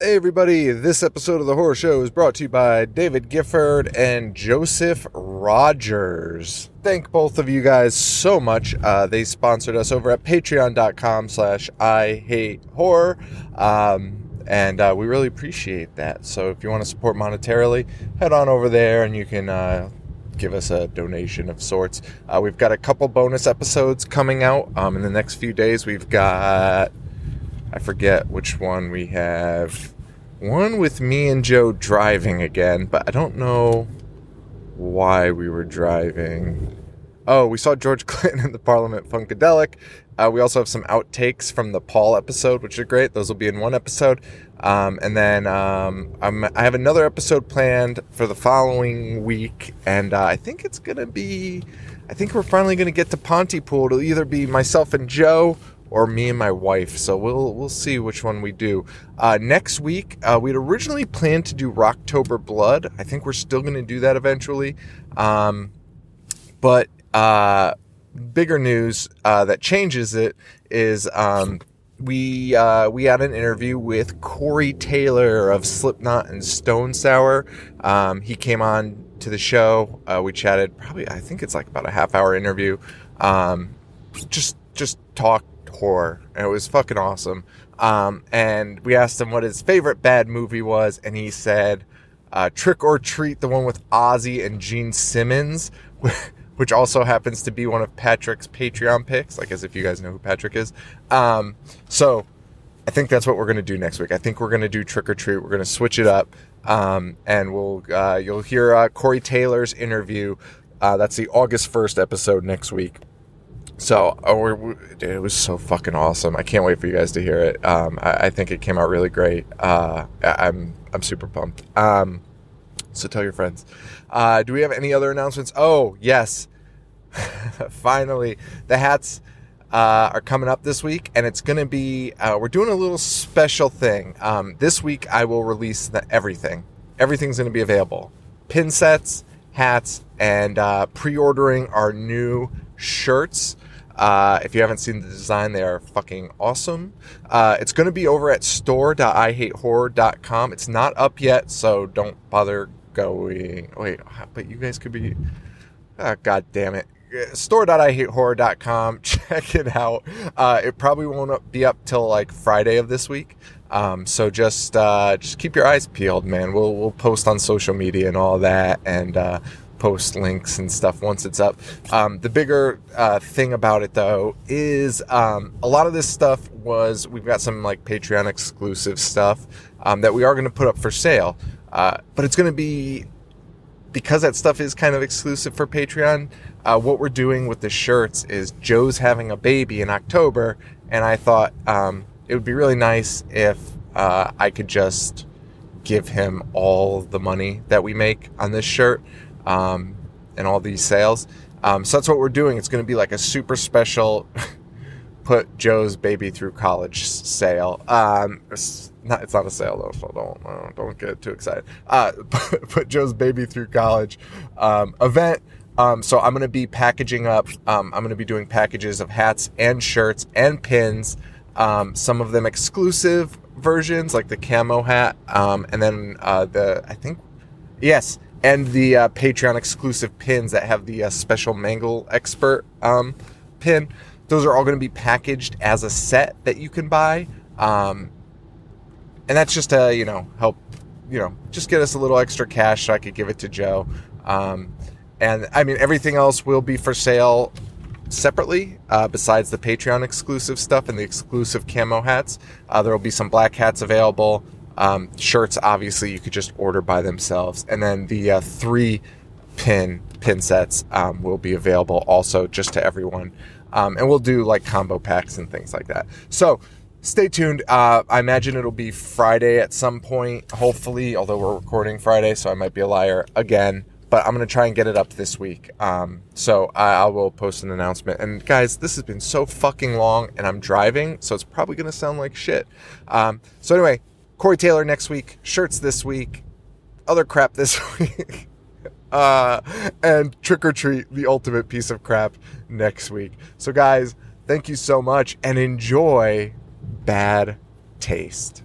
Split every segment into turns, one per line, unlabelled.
Hey, everybody. This episode of The Horror Show is brought to you by David Gifford and Joseph Rogers. Thank both of you guys so much. Uh, they sponsored us over at patreon.com slash I hate horror. Um, and uh, we really appreciate that. So if you want to support monetarily, head on over there and you can uh, give us a donation of sorts. Uh, we've got a couple bonus episodes coming out um, in the next few days. We've got I forget which one we have. One with me and Joe driving again, but I don't know why we were driving. Oh, we saw George Clinton in the Parliament Funkadelic. Uh, we also have some outtakes from the Paul episode, which are great. Those will be in one episode. Um, and then um, I'm, I have another episode planned for the following week. And uh, I think it's going to be, I think we're finally going to get to Pontypool. It'll either be myself and Joe or me and my wife. So we'll we'll see which one we do. Uh, next week, uh, we'd originally planned to do Rocktober Blood. I think we're still going to do that eventually. Um, but uh, bigger news uh, that changes it is um, we uh, we had an interview with Corey Taylor of Slipknot and Stone Sour. Um, he came on to the show. Uh, we chatted probably I think it's like about a half hour interview. Um, just just talked horror and it was fucking awesome. Um, and we asked him what his favorite bad movie was, and he said uh, Trick or Treat, the one with Ozzy and Gene Simmons, which also happens to be one of Patrick's Patreon picks, like as if you guys know who Patrick is. Um, so I think that's what we're going to do next week. I think we're going to do Trick or Treat. We're going to switch it up, um, and we'll uh, you'll hear uh, Corey Taylor's interview. Uh, that's the August first episode next week. So oh, we- we- dude, it was so fucking awesome. I can't wait for you guys to hear it. Um, I, I think it came out really great. Uh, I- I'm I'm super pumped. Um, so tell your friends. Uh, do we have any other announcements? Oh yes, finally the hats uh, are coming up this week, and it's going to be uh, we're doing a little special thing. Um, this week I will release the, everything. Everything's going to be available: pin sets, hats, and uh, pre-ordering our new shirts. Uh, if you haven't seen the design, they are fucking awesome. Uh, it's going to be over at store.ihatehorror.com. It's not up yet, so don't bother going. Wait, but you guys could be. Ah, God damn it. Store.ihatehorror.com. Check it out. Uh, it probably won't up- be up till like Friday of this week. Um, so just uh, just keep your eyes peeled, man. We'll we'll post on social media and all that, and uh, post links and stuff once it's up. Um, the bigger uh, thing about it though is um, a lot of this stuff was we've got some like Patreon exclusive stuff um, that we are going to put up for sale, uh, but it's going to be because that stuff is kind of exclusive for Patreon, uh, what we're doing with the shirts is Joe's having a baby in October, and I thought um, it would be really nice if uh, I could just give him all the money that we make on this shirt um, and all these sales. Um, so that's what we're doing. It's going to be like a super special put Joe's baby through college s- sale. Um, it's not it's not a sale though, so don't uh, don't get too excited. Uh, put, put Joe's baby through college um, event. Um, so I'm gonna be packaging up. Um, I'm gonna be doing packages of hats and shirts and pins. Um, some of them exclusive versions, like the camo hat, um, and then uh, the I think Yes, and the uh, Patreon exclusive pins that have the uh, special Mangle Expert um, pin. Those are all going to be packaged as a set that you can buy, um, and that's just to you know help you know just get us a little extra cash so I could give it to Joe. Um, and I mean everything else will be for sale separately uh, besides the patreon exclusive stuff and the exclusive camo hats uh, there will be some black hats available um, shirts obviously you could just order by themselves and then the uh, three pin pin sets um, will be available also just to everyone um, and we'll do like combo packs and things like that so stay tuned. Uh, I imagine it'll be Friday at some point, hopefully, although we're recording Friday, so I might be a liar again. But I'm going to try and get it up this week. Um, so I, I will post an announcement. And guys, this has been so fucking long, and I'm driving, so it's probably going to sound like shit. Um, so anyway, Corey Taylor next week, shirts this week, other crap this week. Uh, and trick or treat, the ultimate piece of crap next week. So, guys, thank you so much and enjoy bad taste.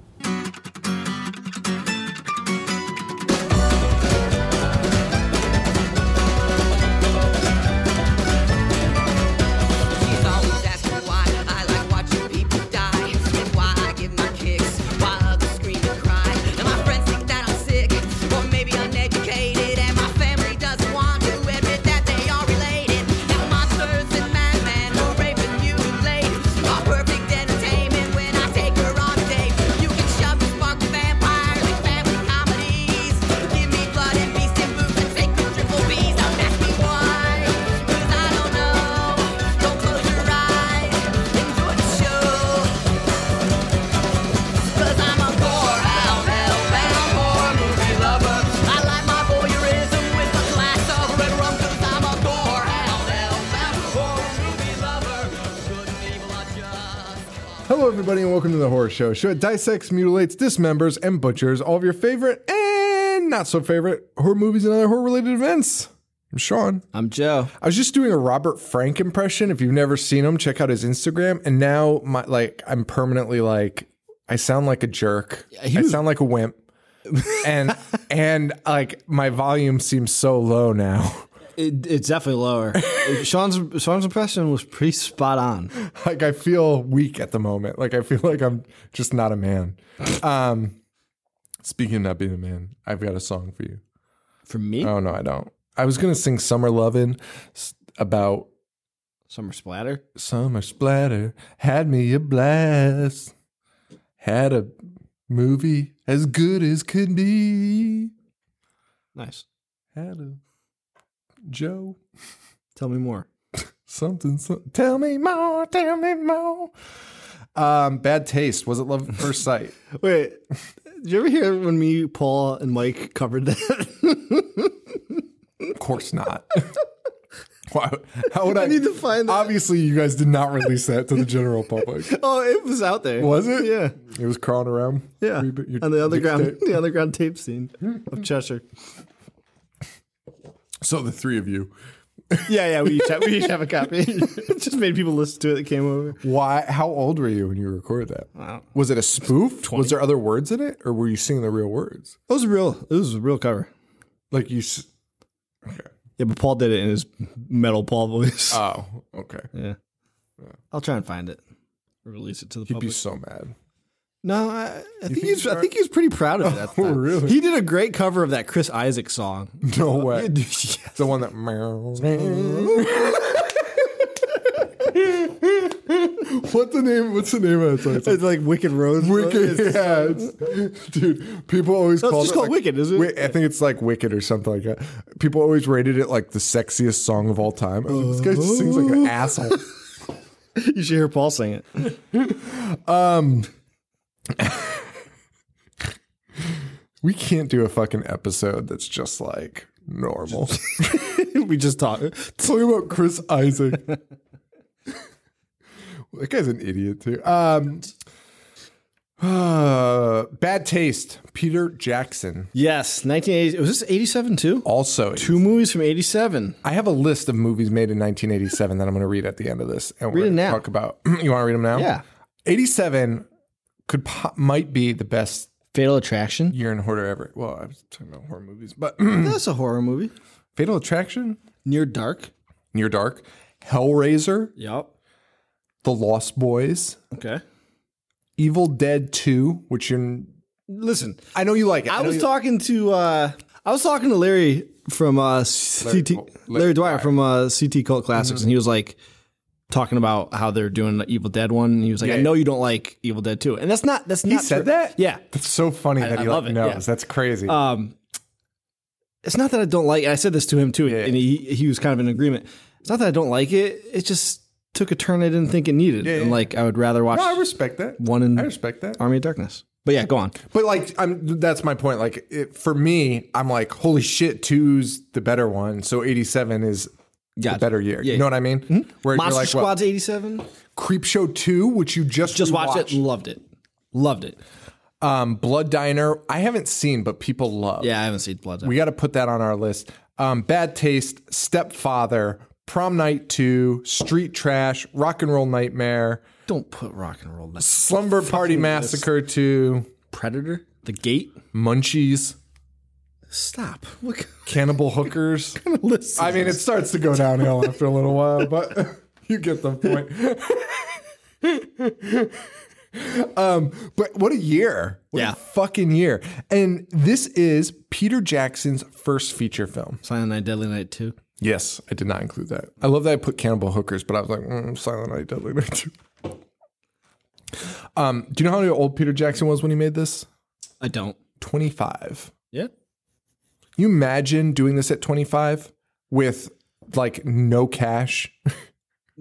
She's always asking why I like watching people die, and why I give my kicks, why others scream and cry. And my friends think that I'm sick, or maybe uneducated, and my family doesn't want to admit that they are related. Now monsters and madmen who rape and mutilate are perfect entertainment when I take her on a date. You can shove your spark vampires and family comedies. Give me blood and beast and boobs and sacred triple B's. Don't ask me why, 'cause I don't know. Don't close your eyes, enjoy the show. Cause I'm a poor hell, hellbound poor movie lover. I like my voyeurism with a glass of red rum. Cause I'm a poor hell, hellbound poor movie lover. Good and evil are just.
Hello, everybody, and welcome to the Horror Show. Show that dissects, mutilates, dismembers, and butchers all of your favorite and not so favorite horror movies and other horror related events. I'm Sean.
I'm Joe.
I was just doing a Robert Frank impression. If you've never seen him, check out his Instagram. And now, my like, I'm permanently like, I sound like a jerk.
he
I
was-
sound like a wimp, and and like my volume seems so low now.
It, it's definitely lower. Sean's Sean's impression was pretty spot on.
like I feel weak at the moment. Like I feel like I'm just not a man. Um, speaking of not being a man, I've got a song for you.
For me,
Oh no, I don't. I was gonna sing "Summer Lovin'" s- about
summer splatter.
summer splatter had me a blast. Had a movie as good as could be.
Nice.
Had a Joe
Tell me more.
something. some- tell me more. Tell me more. Um, bad taste. Was it love at first sight?
Wait, did you ever hear when me, Paul, and Mike covered that?
Of course not. Why, how would I,
need to find that.
Obviously, you guys did not release that to the general public.
oh, it was out there.
Was it?
Yeah,
It was crawling around.
yeah.
Reboot your
On the underground,
mixtape.
the underground tape scene of Cheshire.
So the three of you.
Yeah, yeah. We each have, we each have a copy. it just made people listen to it that came over.
Why? How old were you when you recorded that?
Wow.
Was it a spoof? Was there other words in it, or were you singing the real words?
It was a real. It was a real cover.
Like you. S-
Yeah, but Paul did it in his metal Paul voice.
oh, okay.
Yeah. I'll try and find it. Release it to the
He'd be
public.
so mad.
No, I, I think
he's
he's. I think he was pretty proud of it. at the
Oh,
time.
really?
He did a great cover of that Chris Isaac song.
No way.
Uh, Yes.
The one that. What's the name? What's the name of that song? It's like-
It's like Wicked Road.
Wicked, yeah, it's- dude. People always
it's
call it
just called
like-
Wicked, is it?
Wi- I think it's like Wicked or something like that. People always rated it like the sexiest song of all time. I was like, this guy just sings
Oh.
like an asshole.
You should hear Paul sing it.
We can't do a fucking episode that's just like normal.
we just talk.
Talking about Chris Isaac. that guy's an idiot too. Um, uh, bad taste. Peter Jackson.
Yes, 1980. Was this 87 too?
Also,
Two movies from 87.
I have a list of movies made in 1987 that I'm going to read at the end of this, and we're
Read it
going to
now.
talk about. you want to read them now?
Yeah.
87 could po- might be the best
Fatal Attraction.
year in horror ever. Well, I was talking about horror movies, but
That's a horror movie.
Fatal Attraction,
Near Dark.
Near Dark, Hellraiser,
Yep.
The Lost Boys,
Okay.
Evil Dead 2, which you're.
Listen,
I know you like it.
I
know
was
you-
talking to uh, I was talking to Larry from uh, CT
Col- Larry Mm-hmm.
Larry, Dwyer, from uh, CT Cult Classics, and he was like talking about how they're doing the Evil Dead one. And he was like,
Yeah.
I know you don't like Evil Dead two, and that's not that's not
said
true.
that?
Yeah,
That's so funny that
I
he
love
like,
it,
knows.
yeah.
That's crazy.
um, it's not that I don't like. I said this to him too, and he he was kind of in agreement. It's not that I don't like it. It's just took a turn I didn't think it needed.
yeah.
And like I would rather watch
No, I respect that.
One in-
I respect that.
Army of Darkness. But yeah, go on.
But like, I'm that's my point. Like, it, for me, I'm like, holy shit, two's the better one. So 87 is
Gotcha.
the better year.
Yeah. Hmm?
You know what I mean? Where
Monster
you're like,
Squad's eighty seven.
Creep Show 2, which you just
Just watched it,
rewatched.
loved it. Loved it.
Um, Blood Diner, I haven't seen, but people love.
Yeah, I haven't seen Blood.
We got to put that on our list. Um, Bad Taste, Stepfather, Prom Night 2, Street Trash, Rock and Roll Nightmare,
Don't put rock and roll. That's
Slumber Party Massacre 2,
Predator. The Gate.
Munchies,
Stop. Look.
Cannibal Hookers.
Listen.
I mean, it starts to go downhill after a little while, but you get the point. um, but what a year! What
Yeah.
a fucking year! And this is Peter Jackson's first feature film.
Silent Night, Deadly Night two.
Yes, I did not include that. I love that I put Cannibal Hookers, but I was like, mm, Silent Night, Deadly Night. too. Um, do you know how old Peter Jackson was when he made this?
I don't.
Twenty-five.
Yeah.
You imagine doing this at twenty-five with like no cash.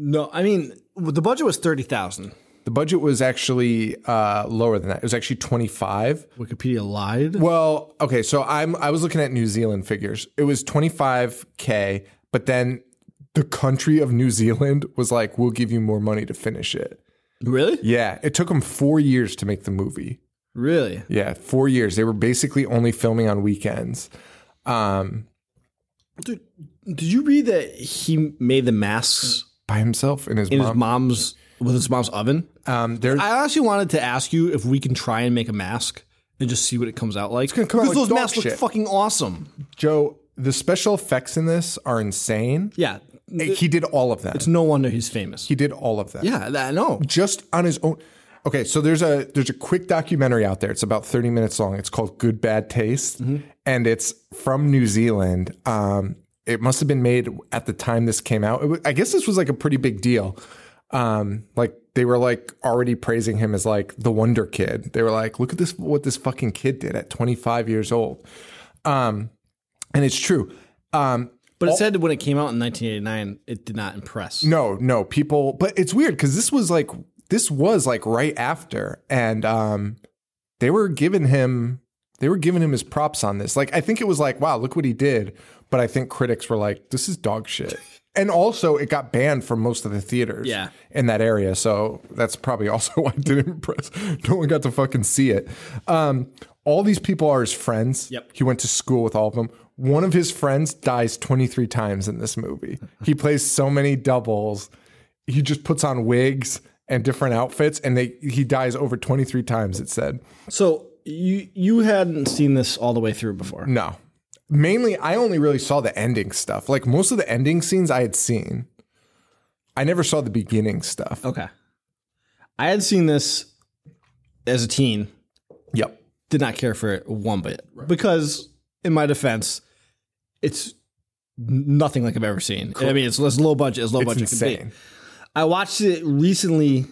No, I mean the budget was thirty thousand.
The budget was actually uh, lower than that. It was actually 25.
Wikipedia lied.
Well, okay, so I'm I was looking at New Zealand figures. It was 25k, but then the country of New Zealand was like, "We'll give you more money to finish it."
Really?
Yeah, it took them 4 years to make the movie.
Really?
Yeah, 4 years. They were basically only filming on weekends. Um
Dude, did you read that he made the masks
by himself and his
in his
mom.
mom's with his mom's oven?
Um, they're
I actually wanted to ask you if we can try and make a mask and just see what it comes out like. It's
gonna come out like
those
dog
masks look
shit.
fucking awesome.
Joe. The special effects in this are insane.
Yeah,
He did all of that.
it's no wonder he's famous.
He did all of that.
yeah, I know.
just on his own. Okay, so there's a there's a quick documentary out there. It's about 30 minutes long. It's called Good Bad Taste, and it's from New Zealand. Um, it must have been made at the time this came out. It wa- I guess this was like a pretty big deal. Um, like they were like already praising him as like the wonder kid. They were like, look at this what this fucking kid did at 25 years old. Um, and it's true. Um,
But it said when it came out in 1989, it did not impress.
no, no, people. But it's weird because this was like this was like right after, and um, they were giving him they were giving him his props on this. Like I think it was like, wow, look what he did. But I think critics were like, this is dog shit. And also, it got banned from most of the theaters
Yeah.
in that area. So that's probably also why it didn't impress. No one got to fucking see it. Um, all these people are his friends.
Yep.
He went to school with all of them. One of his friends dies 23 times in this movie. He plays so many doubles. He just puts on wigs and different outfits, and they he dies over 23 times, it said.
So you you hadn't seen this all the way through before.
No. Mainly, I only really saw the ending stuff. Like most of the ending scenes I had seen. I never saw the beginning stuff.
Okay. I had seen this as a teen,
Yep.
did not care for it one bit because, in my defense, it's nothing like I've ever seen. I mean, it's as low budget as low
It's
budget can
insane.
be. I watched it recently,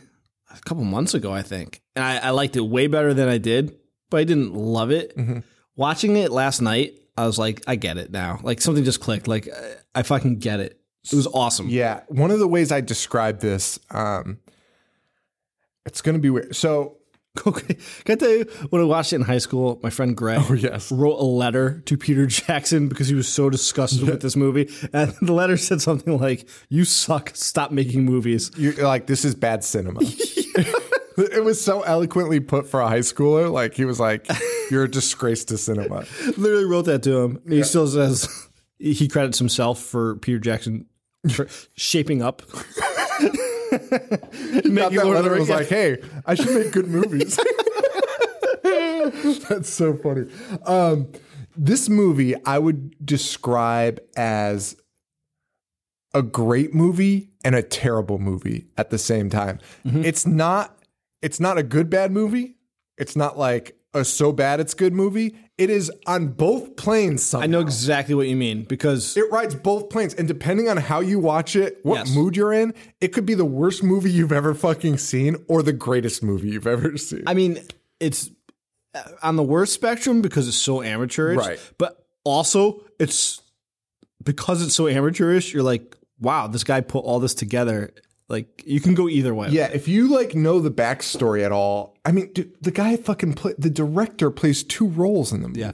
a couple months ago, I think, and I, I liked it way better than I did, but I didn't love it.
Mm-hmm.
Watching it last night, I was like, I get it now. Like something just clicked. Like I, I fucking get it. It was awesome.
Yeah. One of the ways I describe this, um, it's going to be weird. So,
Okay. Can I tell you, when I watched it in high school, my friend Greg
Oh, yes.
wrote a letter to Peter Jackson because he was so disgusted with this movie. And the letter said something like, You suck. Stop making movies.
you're like, this is bad cinema. it was so eloquently put for a high schooler. Like, he was like, you're a disgrace to cinema.
Literally wrote that to him. He still says he credits himself for Peter Jackson for shaping up.
Got that letter and was
Yeah.
like, hey, I should make good movies. That's so funny. Um, this movie I would describe as a great movie and a terrible movie at the same time.
Mm-hmm.
It's not it's not a good bad movie. It's not like a so bad it's good movie. It is on both planes somehow.
I know exactly what you mean because
it rides both planes and depending on how you watch it, what
Yes.
mood you're in, it could be the worst movie you've ever fucking seen or the greatest movie you've ever seen.
I mean, it's uh, on the worst spectrum because it's so amateurish,
Right.
But also, it's because it's so amateurish. You're like, wow, this guy put all this together Like you can go either way.
Yeah, if you like know the backstory at all, I mean, dude, the guy fucking play the director plays two roles in the movie,
Yeah.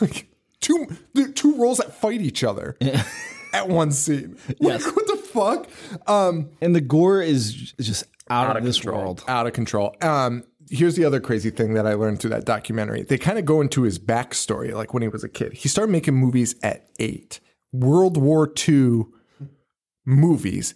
like two dude, two roles that fight each other at one scene. Like,
Yes.
what the fuck? Um,
And the gore is just out, of, this world.
out of control. Um, here's the other crazy thing that I learned through that documentary. They kind of go into his backstory, like when he was a kid. He started making movies at eight. World War II movies.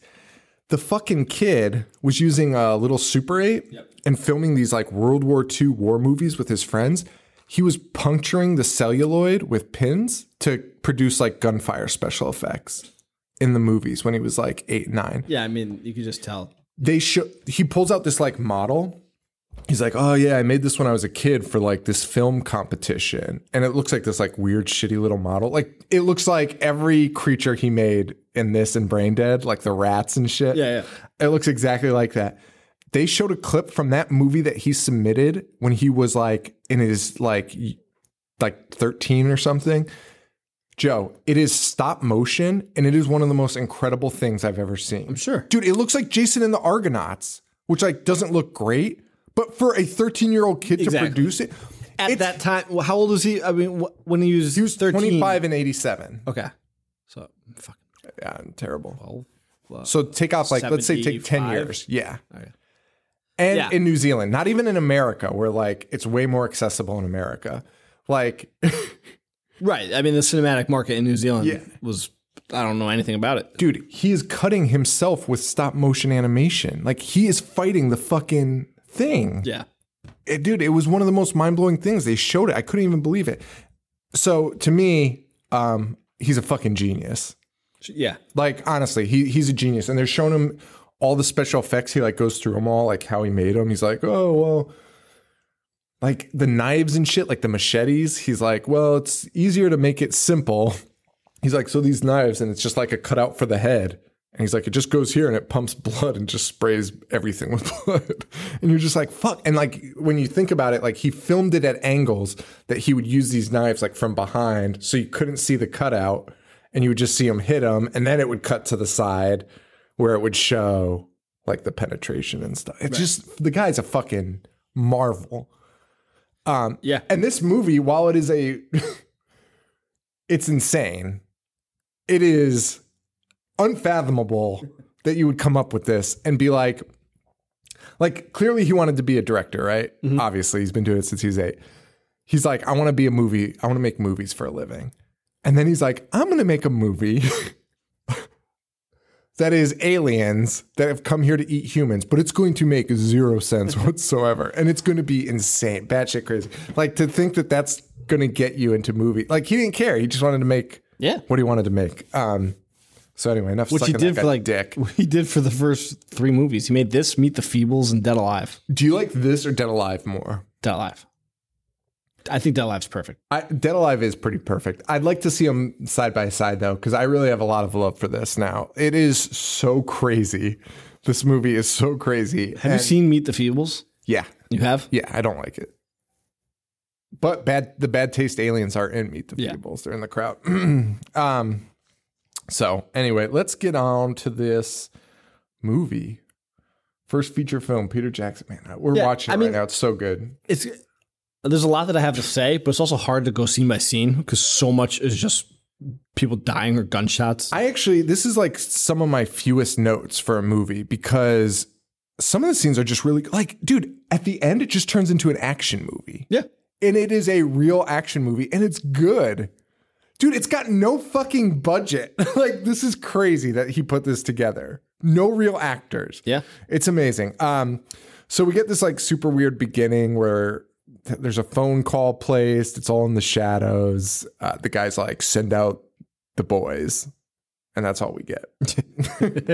The fucking kid was using a little Super 8 and filming these like World War II war movies with his friends. He was puncturing the celluloid with pins to produce like gunfire special effects in the movies when he was like eight, nine
Yeah, I mean, you could just tell.
they show he pulls out this like model he's like oh yeah i made this when i was a kid for like this film competition and it looks like this like weird shitty little model like it looks like every creature he made in this and brain dead like the rats and shit
Yeah,
it looks exactly like that they showed a clip from that movie that he submitted when he was like in his like y- like 13 or something joe it is stop motion and it is one of the most incredible things i've ever seen i'm
sure.
dude it looks like jason and the argonauts which like doesn't look great but for a 13 year old kid
Exactly.
to produce it
At
it's-
that time, well, how old was he? I mean, wh- when he was
he was
13.
25 and 87
Okay, so fucking
yeah I'm terrible
twelve. Well,
so take off like let's say take 10
75?
years yeah
Okay.
and
Yeah.
in new zealand not even in america where like it's way more accessible in america like
right. I mean, the cinematic market in New Zealand
Yeah.
was. I don't know anything about it.
dude, he is cutting himself with stop motion animation. Like he is fighting the fucking thing.
Yeah.
Eh, dude, it was one of the most mind blowing things. They showed it. I couldn't even believe it. So to me, um, he's a fucking genius.
Yeah.
Like honestly, he he's a genius. And they're showing him all the special effects. He like goes through them all, like how he made them. He's like, oh well. Like the knives and shit, like the machetes, he's like, well, it's easier to make it simple. He's like, so these knives, and it's just like a cutout for the head. And he's like, it just goes here and it pumps blood and just sprays everything with blood. And you're just like, fuck. And like, when you think about it, like he filmed it at angles that he would use these knives like from behind. So you couldn't see the cutout and you would just see him hit him. And then it would cut to the side where it would show like the penetration and stuff. It's just, the guy's a fucking marvel.
Yeah.
And this movie, while it is a, it's insane. It is unfathomable that you would come up with this and be like, like clearly he wanted to be a director, right?
Mm-hmm.
Obviously, he's been doing it since he was eight. He's like, I want to be a movie. I want to make movies for a living. And then he's like, I'm going to make a movie that is aliens that have come here to eat humans, but it's going to make zero sense whatsoever. And it's going to be insane, batshit crazy. Like to think that that's going to get you into movie. Like he didn't care. He just wanted to make
Yeah.
what he wanted to make. Um, so anyway, enough.
Which he
sucking
did
that
for
guy
like
dick.
He did for the first three movies. He made this, Meet the Feebles, and Dead Alive.
Do you like this or Dead Alive more?
Dead Alive. I think Dead Alive's perfect.
I, Dead Alive is pretty perfect. I'd like to see them side by side though, because I really have a lot of love for this now. It is so crazy. This movie is so crazy.
Have you seen Meet the Feebles?
Yeah,
You have?
yeah. I don't like it. But bad. The bad taste aliens are in Meet the
Yeah.
Feebles. They're in the crowd. um. So anyway, let's get on to this movie. First feature film, Peter Jackson. Man, we're
Yeah,
watching it
I
right
mean-
now. It's so good.
It's there's a lot that I have to say, but it's also hard to go scene by scene because so much is just people dying or gunshots.
I actually, this is like some of my fewest notes for a movie because some of the scenes are just really like, dude, at the end, it just turns into an action movie.
yeah.
And it is a real action movie and it's good. Dude, it's got no fucking budget. like, this is crazy that he put this together. No real actors.
Yeah.
It's amazing. Um, so we get this like super weird beginning where th- there's a phone call placed. It's all in the shadows. Uh, the guy's like, send out the boys. And that's all we get.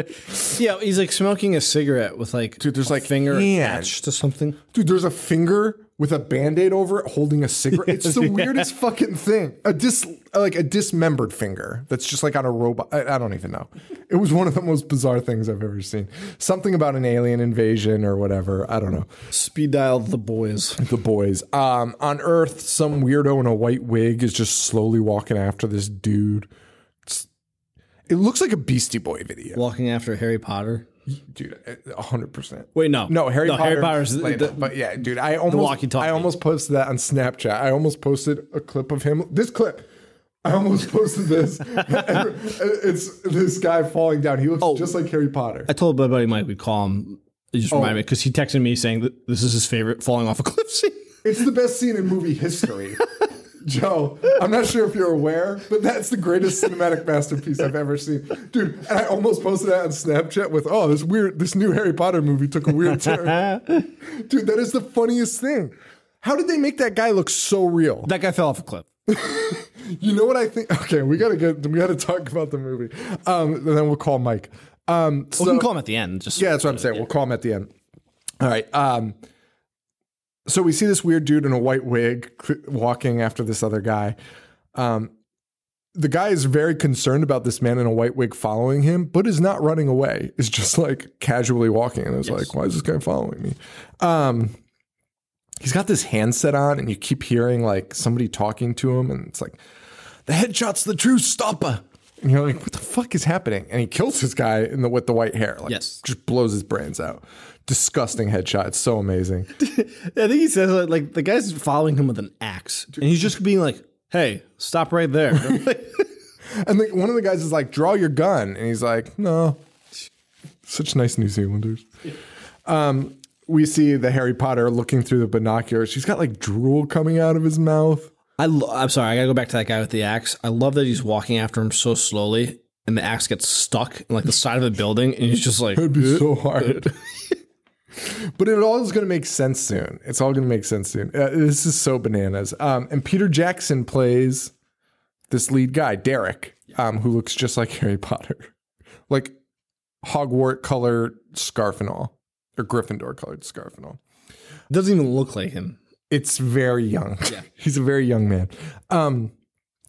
Yeah, he's like smoking a cigarette with like
Dude, there's
a
like
finger
hand.
attached to something.
Dude, there's a finger with a band-aid over it holding a cigarette. It's the weirdest fucking thing. A dis like a dismembered finger that's just like on a robot. I, I don't even know. It was one of the most bizarre things I've ever seen. Something about an alien invasion or whatever. I don't know.
Speed dialed the boys.
the boys. Um, on Earth, some weirdo in a white wig is just slowly walking after this dude. It's- it looks like a Beastie Boy video.
Walking after Harry Potter.
dude, a hundred percent.
Wait, no.
No, Harry Potter.
Harry Potter's
like,
the-
but yeah, dude, I almost
walkie-talkie.
I almost posted that on Snapchat. I almost posted a clip of him. This clip. I almost posted this. it's this guy falling down. He looks just like Harry Potter.
I told my buddy Mike we'd call him. He
Oh.
just reminded me because he texted me saying that this is his favorite falling off a cliff scene.
It's the best scene in movie history. Joe, I'm not sure if you're aware, but that's the greatest cinematic masterpiece I've ever seen. Dude, and I almost posted that on Snapchat with, oh, this weird this new Harry Potter movie took a weird turn. Dude, that is the funniest thing. How did they make that guy look so real?
That guy fell off a cliff.
You know what I think? Okay, we gotta get we gotta talk about the movie. Um, and then we'll call Mike. Um
we
so-
can call him at the end. Just
yeah, that's what I'm saying. We'll call him at the end. All right. Um, so we see this weird dude in a white wig cl- walking after this other guy. Um, the guy is very concerned about this man in a white wig following him, but is not running away. Is just like casually walking, and is like, "Why is this guy following me?" Um, he's got this handset on, and you keep hearing like somebody talking to him, and it's like, "The headshot's the true stopper." And you're like, "What the fuck is happening?" And he kills this guy in the with the white hair. Like,
Yes.
just blows his brains out. Disgusting headshot. It's so amazing.
I think he says like, like the guy's following him with an axe, and he's just being like, "Hey, stop right there."
And the, one of the guys is like, draw your gun. And he's like, no. Such nice New Zealanders. Um, we see the Harry Potter looking through the binoculars. She's got like drool coming out of his mouth.
I lo- I'm sorry, I gotta go back to that guy with the axe. I love that he's walking after him so slowly, and the axe gets stuck in like the side of the building, and he's just like,
It'd be so hard. but it all is going to make sense soon. It's all going to make sense soon. Uh, this is so bananas. Um, and Peter Jackson plays this lead guy, Derek, um, who looks just like Harry Potter, like Hogwarts color scarf and all, or Gryffindor colored scarf and all.
doesn't even look like him.
It's very young. He's a very young man. Um,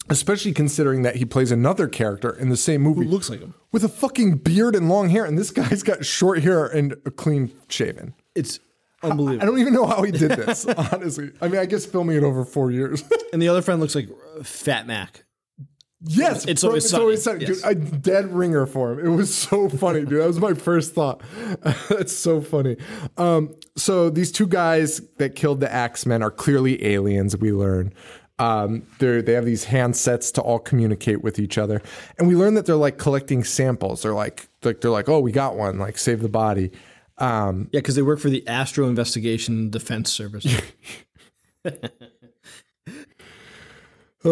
especially considering that he plays another character in the same movie
It looks like him.
with a fucking beard and long hair, and this guy's got short hair and a clean shaven.
It's
I
unbelievable.
don't even know how he did this, honestly. I mean, I guess filming it over four years.
and the other friend looks like uh, Fat Mac.
yes,
It's
from
Always Sunny,
Dude, a dead ringer for him. It was so funny, dude. That was my first thought. That's so funny. Um, so these two guys that killed the Axemen are clearly aliens. We learn. Um, they they have these handsets to all communicate with each other, and we learn that they're like collecting samples. They're like, like they're like, oh, we got one. Like, save the body. Um,
Yeah, because they work for the Astro Investigation Defense Service.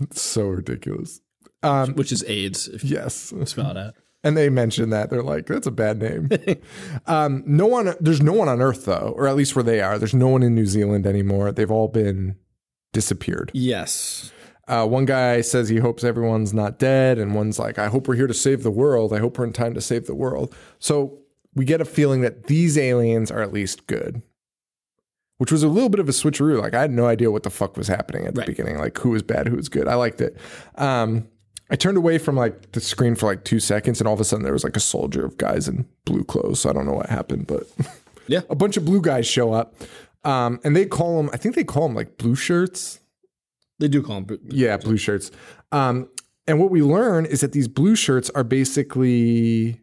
it's so ridiculous. Um,
which is AIDS, if you
Yes.
spell it out.
And they mention that they're like, that's a bad name. um, no one, there's no one on Earth though, or at least where they are. There's no one in New Zealand anymore. They've all been disappeared.
Yes.
Uh, one guy says he hopes everyone's not dead, and one's like, I hope we're here to save the world. I hope we're in time to save the world. So we get a feeling that these aliens are at least good, which was a little bit of a switcheroo. Like I had no idea what the fuck was happening at the
Right.
beginning, like who was bad, who was good. I liked it. Um, I turned away from like the screen for like two seconds, and all of a sudden there was like a soldier of guys in blue clothes. So I don't know what happened, but
Yeah.
a bunch of blue guys show up, um, and they call them. I think they call them like blue shirts.
They do call him. Bru-
Yeah, blue shirts. Um, and what we learn is that these blue shirts are basically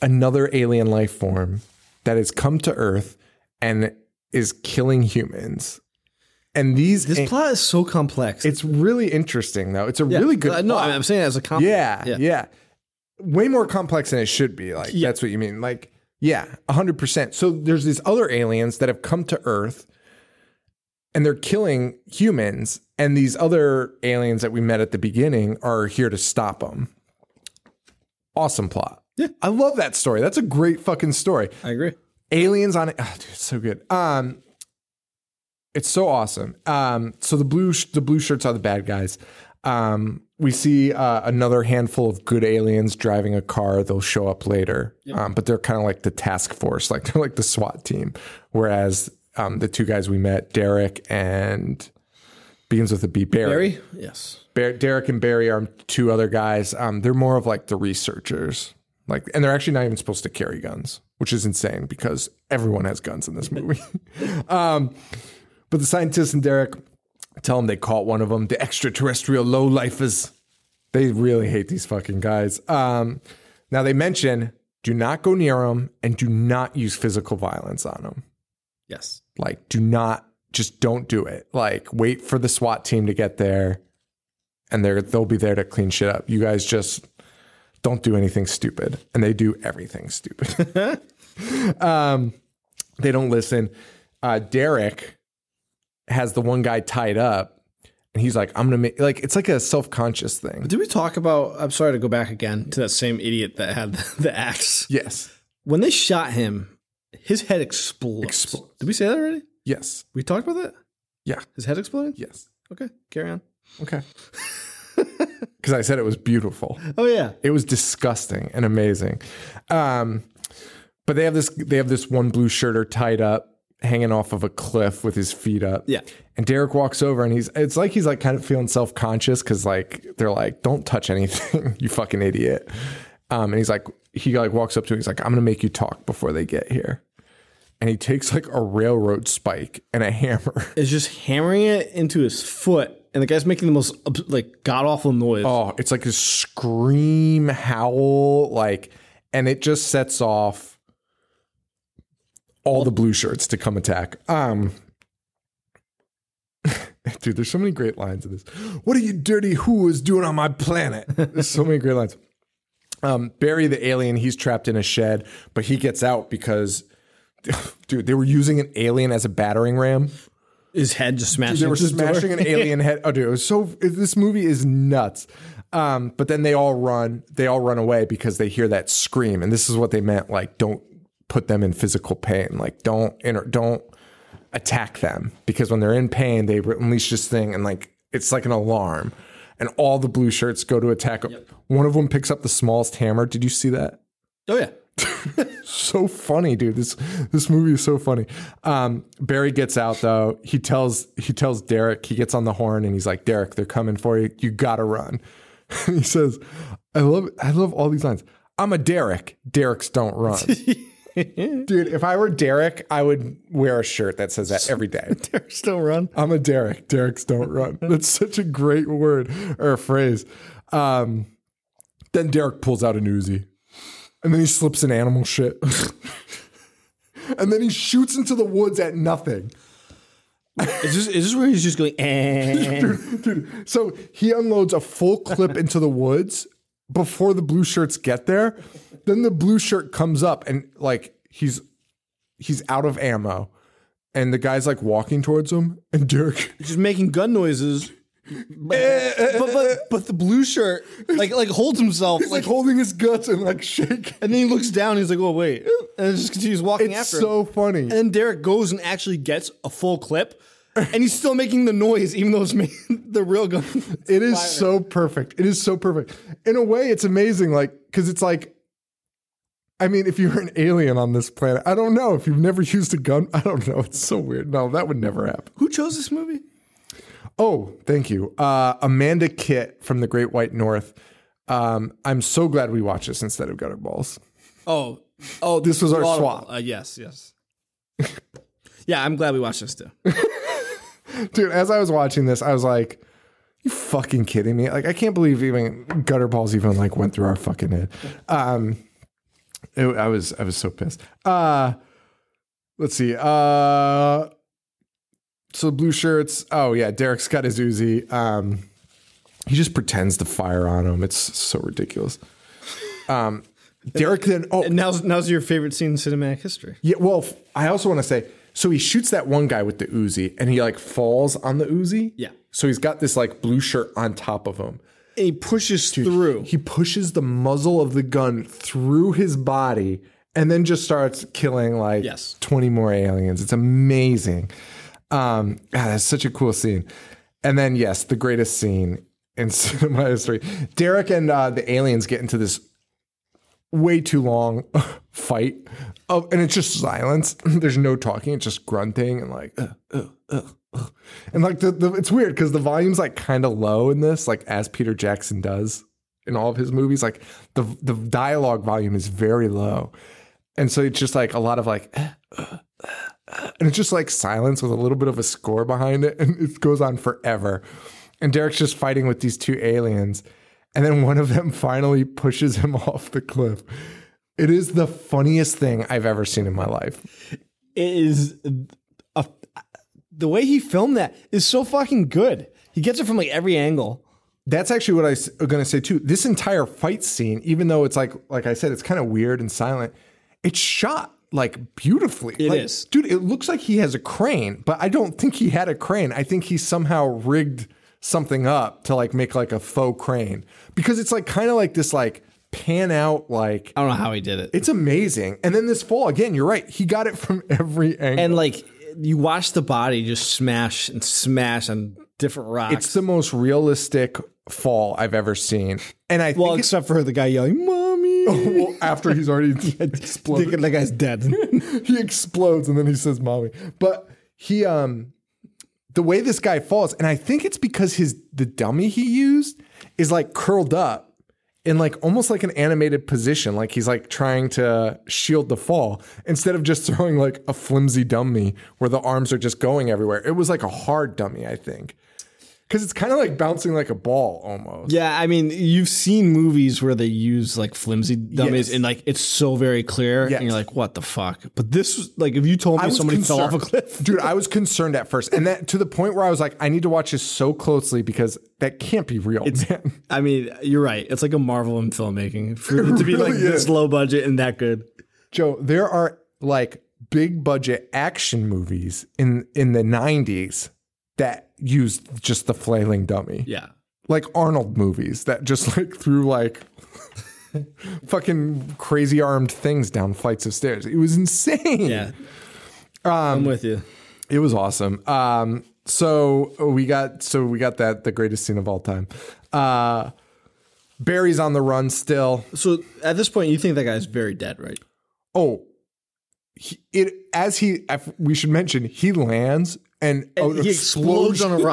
another alien life form that has come to Earth and is killing humans. And these,
This plot is so complex.
it's really interesting though. It's a
Yeah.
really good.
Uh, No,
plot.
I'm saying it as a complex.
yeah, yeah, way more complex than it should be. Like that's what you mean. Like yeah, hundred percent. So there's these other aliens that have come to Earth and they're killing humans and these other aliens that we met at the beginning are here to stop them awesome plot yeah i love that story that's a great fucking story
I agree.
aliens on it oh, dude, it's so good um it's so awesome um so the blue sh- the blue shirts are the bad guys um we see uh, another handful of good aliens driving a car they'll show up later um, but they're kind of like the task force like they're like the swat team whereas um the two guys we met derek and begins with a b barry,
Barry? Yes.
Bar- Derek and Barry are two other guys. Um, they're more of like the researchers, like, and they're actually not even supposed to carry guns, which is insane because everyone has guns in this movie. um, but the scientists and Derek tell him they caught one of them, the extraterrestrial lowlifers. They really hate these fucking guys. Um, now they mention do not go near them and do not use physical violence on them.
Yes.
Like, do not just don't do it. Like, wait for the SWAT team to get there, and they're they'll be there to clean shit up. You guys just don't do anything stupid, and they do everything stupid. um, they don't listen. Uh, Derek has the one guy tied up, and he's like, "I'm gonna make like it's like a self conscious thing."
Did we talk about? I'm sorry to go back again to that same idiot that had the, the axe.
Yes,
When they shot him, his head explodes.
Explodes.
Did we say that already?
yes,
We talked about that?
yeah,
His head exploded?
yes.
Okay, carry on.
Okay, because I said it was beautiful.
Oh, yeah.
It was disgusting and amazing. Um, but they have this they have this one blue shirter tied up, hanging off of a cliff with his feet up.
Yeah.
And Derek walks over and he's it's like he's like kind of feeling self conscious because like they're like don't touch anything you fucking idiot. Um, and he's like he like walks up to him he's like I'm gonna make you talk before they get here. And he takes like a railroad spike and a hammer.
Is just hammering it into his foot, and the guy's making the most obs- like god awful noise.
Oh, it's like a scream, howl, like, and it just sets off all the blue shirts to come attack. Um, dude, there's so many great lines in this. What are you dirty whoas doing on my planet? There's so many great lines. Um, Barry the alien, he's trapped in a shed, but he gets out because, dude, they were using an alien as a battering ram.
His head just smashing.
They were
into his door.
smashing an alien head. Oh, dude, it was so this movie is nuts. Um, but then they all run. They all run away because they hear that scream, and this is what they meant: like, don't put them in physical pain. Like, don't inter- don't attack them because when they're in pain, they unleash this thing, and like it's like an alarm. And all the blue shirts go to attack. One of them picks up the smallest hammer. Did you see that?
Oh yeah.
so funny, dude. This this movie is so funny. Um, Barry gets out though. He tells he tells Derek. He gets on the horn and he's like, Derek, they're coming for you. You gotta run. And he says, I love I love all these lines. I'm a Derek. Derek's don't run. Dude, if I were Derek, I would wear a shirt that says that every day.
Derek still run.
I'm a Derek. Derek's don't run. That's such a great word or a phrase. Um, then Derek pulls out an Uzi, and then he slips in animal shit, and then he shoots into the woods at nothing.
Is this is this where he's just going? Eh.
So he unloads a full clip into the woods before the blue shirts get there. Then the blue shirt comes up and like he's he's out of ammo, and the guy's like walking towards him, and Derek.
just making gun noises.
Eh,
But, but, but but the blue shirt like like holds himself
He's like
like,
holding his guts and like shaking.
and then he looks down. he's like, oh wait, and just continues walking
It's
after. him.
so funny.
And then Derek goes and actually gets a full clip, and he's still making the noise, even though it's making the real gun.
it is so perfect. It is so perfect. In a way, it's amazing. Like, because it's like, I mean, if you're an alien on this planet, I don't know. If you've never used a gun, I don't know. It's so weird. No, that would never happen.
Who chose this movie?
Oh, thank you. Uh, Amanda Kitt from the Great White North. Um, I'm so glad we watched this instead of Gutter Balls.
Oh, oh,
This was our
Audible.
swap.
Uh, yes, yes. yeah, I'm glad we watched this too.
Dude, as I was watching this, I was like, you fucking kidding me? Like, I can't believe even gutter balls even like went through our fucking head. Um, it- I was, I was so pissed. Uh, let's see. Uh, so blue shirts. Oh yeah. Derek's got his Uzi. Um, he just pretends to fire on him. It's so ridiculous. Um, Derek then, oh,
And now's now's your favorite scene in cinematic history.
yeah, well, f- I also want to say so he shoots that one guy with the Uzi and he like falls on the Uzi.
Yeah.
So he's got this like blue shirt on top of him.
And he pushes through.
He pushes the muzzle of the gun through his body and then just starts killing like
Yes.
20 more aliens. It's amazing. Um, God, that's such a cool scene. And then, yes, the greatest scene in cinema history. Derek and uh, the aliens get into this way too long fight. Oh, and it's just silence. There's no talking. It's just grunting and like, uh, uh, uh, uh. and like the, the it's weird because the volume's like kind of low in this, like as Peter Jackson does in all of his movies. Like the the dialogue volume is very low, and so it's just like a lot of like. uh, uh, uh, And it's just like silence with a little bit of a score behind it, and it goes on forever. And Derek's just fighting with these two aliens, And then one of them finally pushes him off the cliff. It is the funniest thing I've ever seen in my life.
It is a, the way he filmed that is so fucking good. He gets it from like every angle.
That's actually what I was going to say too. This entire fight scene, even though it's like like I said it's kind of weird and silent, it's shot like beautifully. It is,
is.
Dude, it looks like he has a crane, but I don't think he had a crane. I think he somehow rigged something up to like make like a faux crane because it's like kind of like this like pan out like
I don't know how he did it.
It's amazing. And then this fall again, you're right. He got it from every angle.
and like you watch the body just smash and smash on different rocks.
it's the most realistic fall I've ever seen. And I
well,
think it's
except for the guy yelling, "Mommy!"
well, after he's already
Thinking
exploded.
that guy's dead.
he explodes and then he says mommy. But he um the way this guy falls, and I think it's because his the dummy he used is like curled up in like almost like an animated position, like he's like trying to shield the fall instead of just throwing like a flimsy dummy where the arms are just going everywhere. It was like a hard dummy, I think. Cause it's kind of like bouncing like a ball almost.
yeah, I mean, you've seen movies where they use like flimsy dummies,
Yes.
and like it's so very clear,
Yes.
and you're like, "What the fuck?" But this, was like, if you told me
was
somebody fell off a
concerned.
cliff,
Dude, I was concerned at first. And that to the point where I was like, I need to watch this so closely because that can't be real. man.
I mean, you're right. It's like a marvel in filmmaking for it to be like
really
this
is.
low budget and that good.
Joe, there are like big budget action movies in in the 90s that used just the flailing dummy.
Yeah,
Like Arnold movies that just like threw like fucking crazy armed things down flights of stairs. It was insane.
yeah. Um, I'm with you.
It was awesome. Um, so we got so we got that the greatest scene of all time. Uh, Barry's on the run still.
So at this point, you think that guy's very dead, right?
Oh, he, it as he if we should mention he lands and,
And
an
he explodes on
explosion-
a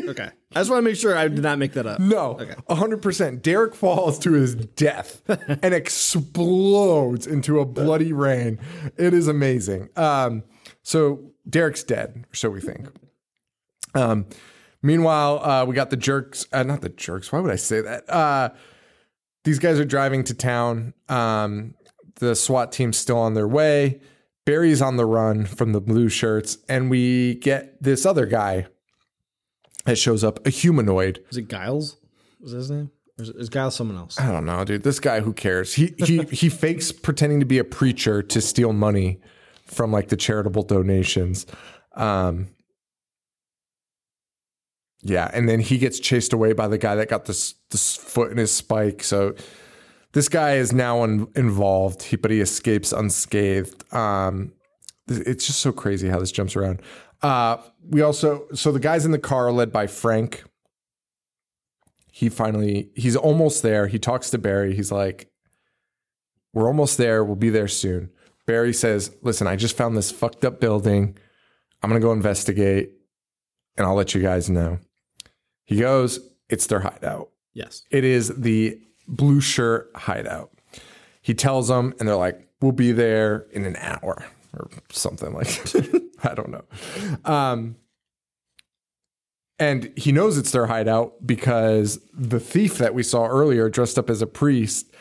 rock. okay. I just want to make sure I did not make that up.
No, hundred percent. Derek falls to his death and explodes into a bloody rain. It is amazing. Um, so Derek's dead, or so we think. Um, meanwhile, uh, we got the jerks. Uh, not the jerks. Why would I say that? Uh, these guys are driving to town. Um, the SWAT team's still on their way. Barry's on the run from the blue shirts, and we get this other guy that shows up, a humanoid.
Is it Giles? Was that his name? Or is, is Giles someone else?
I don't know, dude. This guy, who cares? He he he fakes pretending to be a preacher to steal money from like the charitable donations. Um, yeah, and then he gets chased away by the guy that got this this foot in his spike. So this guy is now in, involved, he, but he escapes unscathed. Um, th- it's just so crazy how this jumps around. Uh, we also so the guys in the car are led by Frank he finally he's almost there. He talks to Barry. He's like, "We're almost there. We'll be there soon." Barry says, "Listen, I just found this fucked up building. I'm going to go investigate and I'll let you guys know." He goes, "It's their hideout.
Yes.
It is the blue shirt hideout." He tells them and they're like, "We'll be there in an hour or something like I don't know." Um, and he knows it's their hideout because the thief that we saw earlier, dressed up as a priest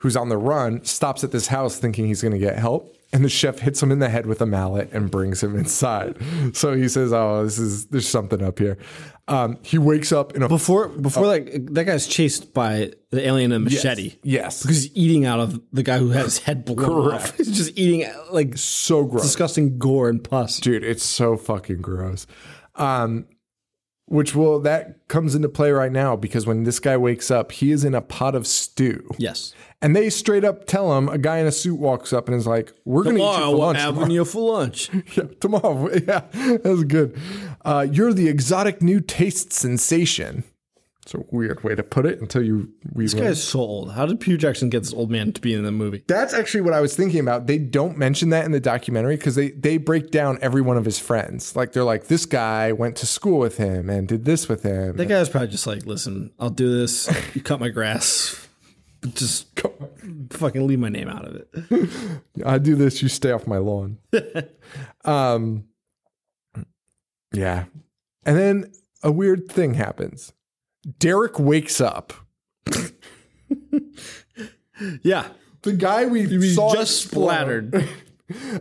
who's on the run, stops at this house thinking he's going to get help. And the chef hits him in the head with a mallet and brings him inside. So he says, Oh, this is, there's something up here. Um, he wakes up in a.
Before before that that guy's chased by the alien and machete.
Yes.
Because he's eating out of the guy who had his head blown off.
Correct.
He's just eating like
so gross.
disgusting gore and pus.
dude it's so fucking gross um which will that comes into play right now because when this guy wakes up he is in a pot of stew
Yes.
and they straight up tell him a guy in a suit walks up and is like we're gonna eat you for lunch tomorrow."
you for lunch.
Yeah, tomorrow. Yeah, that was good. Uh, you're the exotic new taste sensation. It's a weird way to put it until you we
This guy's so old. How did Peter Jackson get this old man to be in the movie?
That's actually what I was thinking about. They don't mention that in the documentary because they they break down every one of his friends. Like they're like, this guy went to school with him and did this with him.
That guy was probably just like, listen, I'll do this. You cut my grass. But just fucking leave my name out of it.
I do this, you stay off my lawn. um, yeah, and then a weird thing happens. Derek wakes up
Yeah.
The guy we
He's
saw
just
explode,
splattered.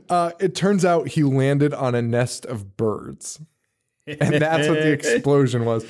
Uh, it turns out he landed on a nest of birds, and that's what the explosion was.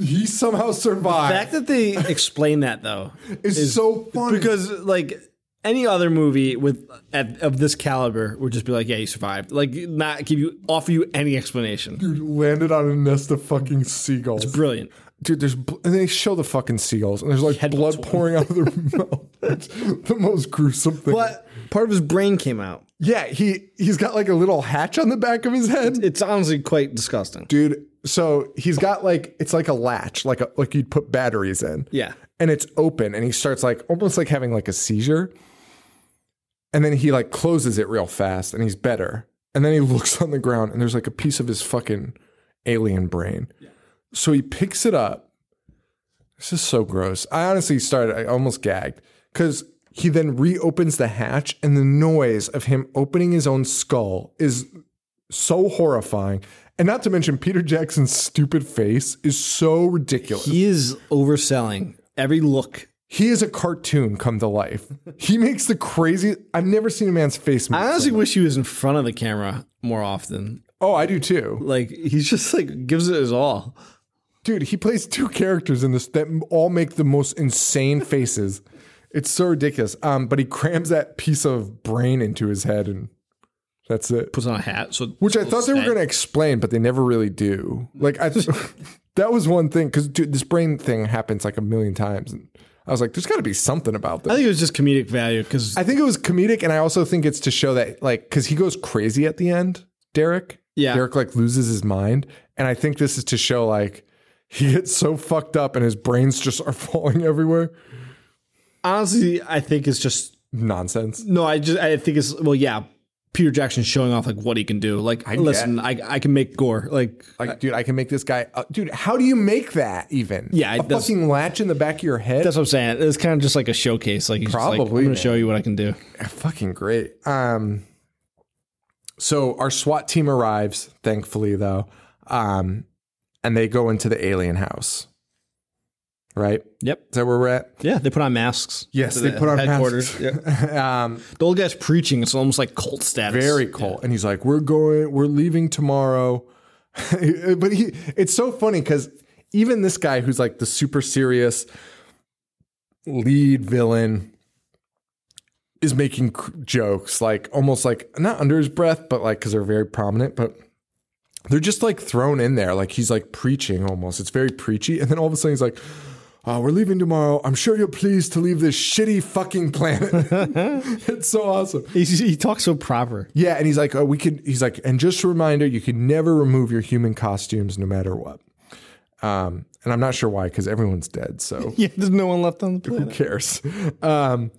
He somehow
The
survived.
fact that they explain that though
it's so funny
because like any other movie with at, of this caliber would just be like, yeah, you survived. Like not give you offer you any explanation.
Dude, landed on a nest of fucking seagulls.
Brilliant.
Dude, there's bl- and they show the fucking seagulls, and there's like
Headphones.
blood pouring out of their mouth. It's the most gruesome thing.
But part of his brain came out.
Yeah, he he's got like a little hatch on the back of his head.
It's honestly quite disgusting.
dude. So he's got like it's like a latch, like a, like you'd put batteries in.
Yeah.
and it's open, and he starts like almost like having like a seizure, and then he like closes it real fast, and he's better. And then he looks on the ground, and there's like a piece of his fucking alien brain. So he picks it up. This is so gross. I honestly started. I almost gagged because. He then reopens the hatch, and the noise of him opening his own skull is so horrifying. And not to mention Peter Jackson's stupid face is so ridiculous. He,
He is overselling every look.
is a cartoon come to life. he makes the crazy I've never seen a man's face move.
I honestly wish he was in front of the camera more often.
oh, I do too.
Like he's just like gives it his all.
Dude, he plays two characters in this that m- all make the most insane faces. It's so ridiculous. Um, but he crams that piece of brain into his head and that's it.
Puts on a hat. So
Which I thought they were going to explain, but they never really do. Like I, that was one thing because dude, this brain thing happens like a million times, and I was like, "There's got to be something about
I
this."
think it was just comedic value because
I think it was comedic, and I also think it's to show that like because he goes crazy at the end, Derek.
Yeah.
Derek like loses his mind, and I think this is to show like he gets so fucked up and his brains just are falling everywhere.
honestly, I think it's just
Nonsense.
No, I just I think it's well, yeah. Peter Jackson showing off like what he can do. Like, listen, I I can make gore. Like,
Like, dude, I can make this guy. Uh, dude, how do you make that even?
Yeah,
a
that's-
fucking latch in the back of your head.
that's what I'm saying. It's kind of just like a showcase. Like, he's just like,
Probably,
I'm going
man.
to show you what I can do.
fucking great. Um, so our SWAT team arrives, thankfully though, um, and they go into the alien house. Right?
Yep.
Is that where we're at?
Yeah, they put on masks.
Yes,
To
they
the
put on
headquarters.
masks.
Yeah.
um,
The old guy's preaching. It's almost like cult status.
very cool. And he's like, "We're going. We're leaving tomorrow." but he, it's so funny because even this guy who's like the super serious lead villain is making cr- jokes, like almost like not under his breath, but like because they're very prominent, but. They're just like thrown in there, like he's like preaching almost. It's very preachy, and then all of a sudden he's like, oh, "We're leaving tomorrow. I'm sure you're pleased to leave this shitty fucking planet." it's so awesome.
He's, he talks so proper.
Yeah, and he's like, oh, we could. He's like, and just a reminder, you can never remove your human costumes, no matter what. Um, and I'm not sure why, because everyone's dead, so
Yeah, there's no one left on the
who
planet.
cares? Um,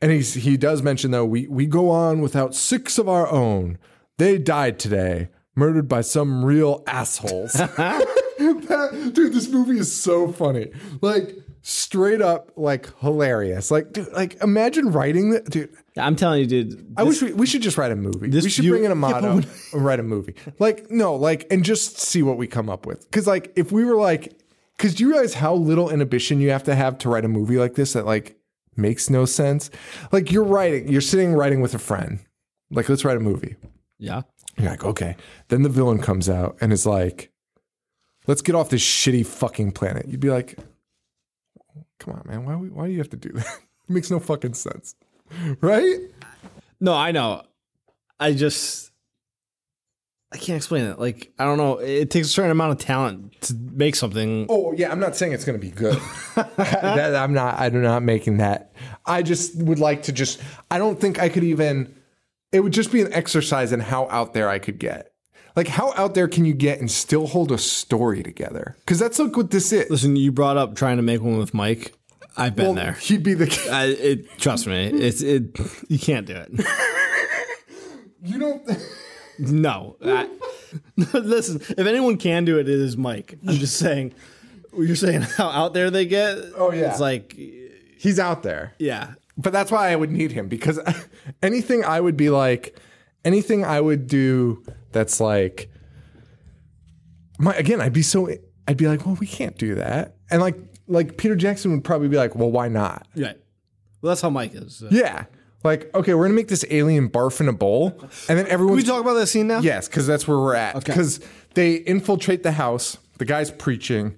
and he's he does mention though we we go on without six of our own. They died today, murdered by some real assholes. That- dude, this movie is so funny. Like straight up, like hilarious. Like dude, like imagine writing that, dude.
I'm telling you, dude.
I wish we, we should just write a movie.
this
we should
view-
bring in a
Yeah, but
motto
when-
and write a movie. Like, no, like, and just see what we come up with. Because, like, if we were like, because do you realize how little inhibition you have to have to write a movie like this that, like, makes no sense? Like, you're writing, you're sitting writing with a friend. Like, let's write a movie.
Yeah.
You're like, okay. Then the villain comes out and is like, let's get off this shitty fucking planet. You'd be like, come on, man. Why, we- why do you have to do that? It makes no fucking sense. Right?
No, I know. I just I can't explain it. Like, I don't know. It takes a certain amount of talent to make something.
Oh yeah, I'm not saying it's going to be good. That- I'm not. I'm not making that. I just would like to just. I don't think I could even. It would just be an exercise in how out there I could get. Like how out there can you get and still hold a story together? Because that's like what this is.
Listen, you brought up trying to make one with Mike. I've been there.
He'd be the.
I, it, trust me, it's it. You can't do it.
You don't.
No. I, listen, if anyone can do it, it is Mike. I'm just saying. You're saying how out there they get.
Oh, yeah.
It's like
He's out there.
yeah.
but that's why I would need him because anything I would be like, anything I would do that's like, my again, I'd be so I'd be like, well, we can't do that. And like, like Peter Jackson would probably be like, well, why not?
Right. Well, that's how Mike is. Uh,
Yeah. Like, okay, we're gonna make this alien barf in a bowl, and then everyone.
we talk about that scene now?
Yes, because that's where we're at. Because they infiltrate the house. The guy's preaching,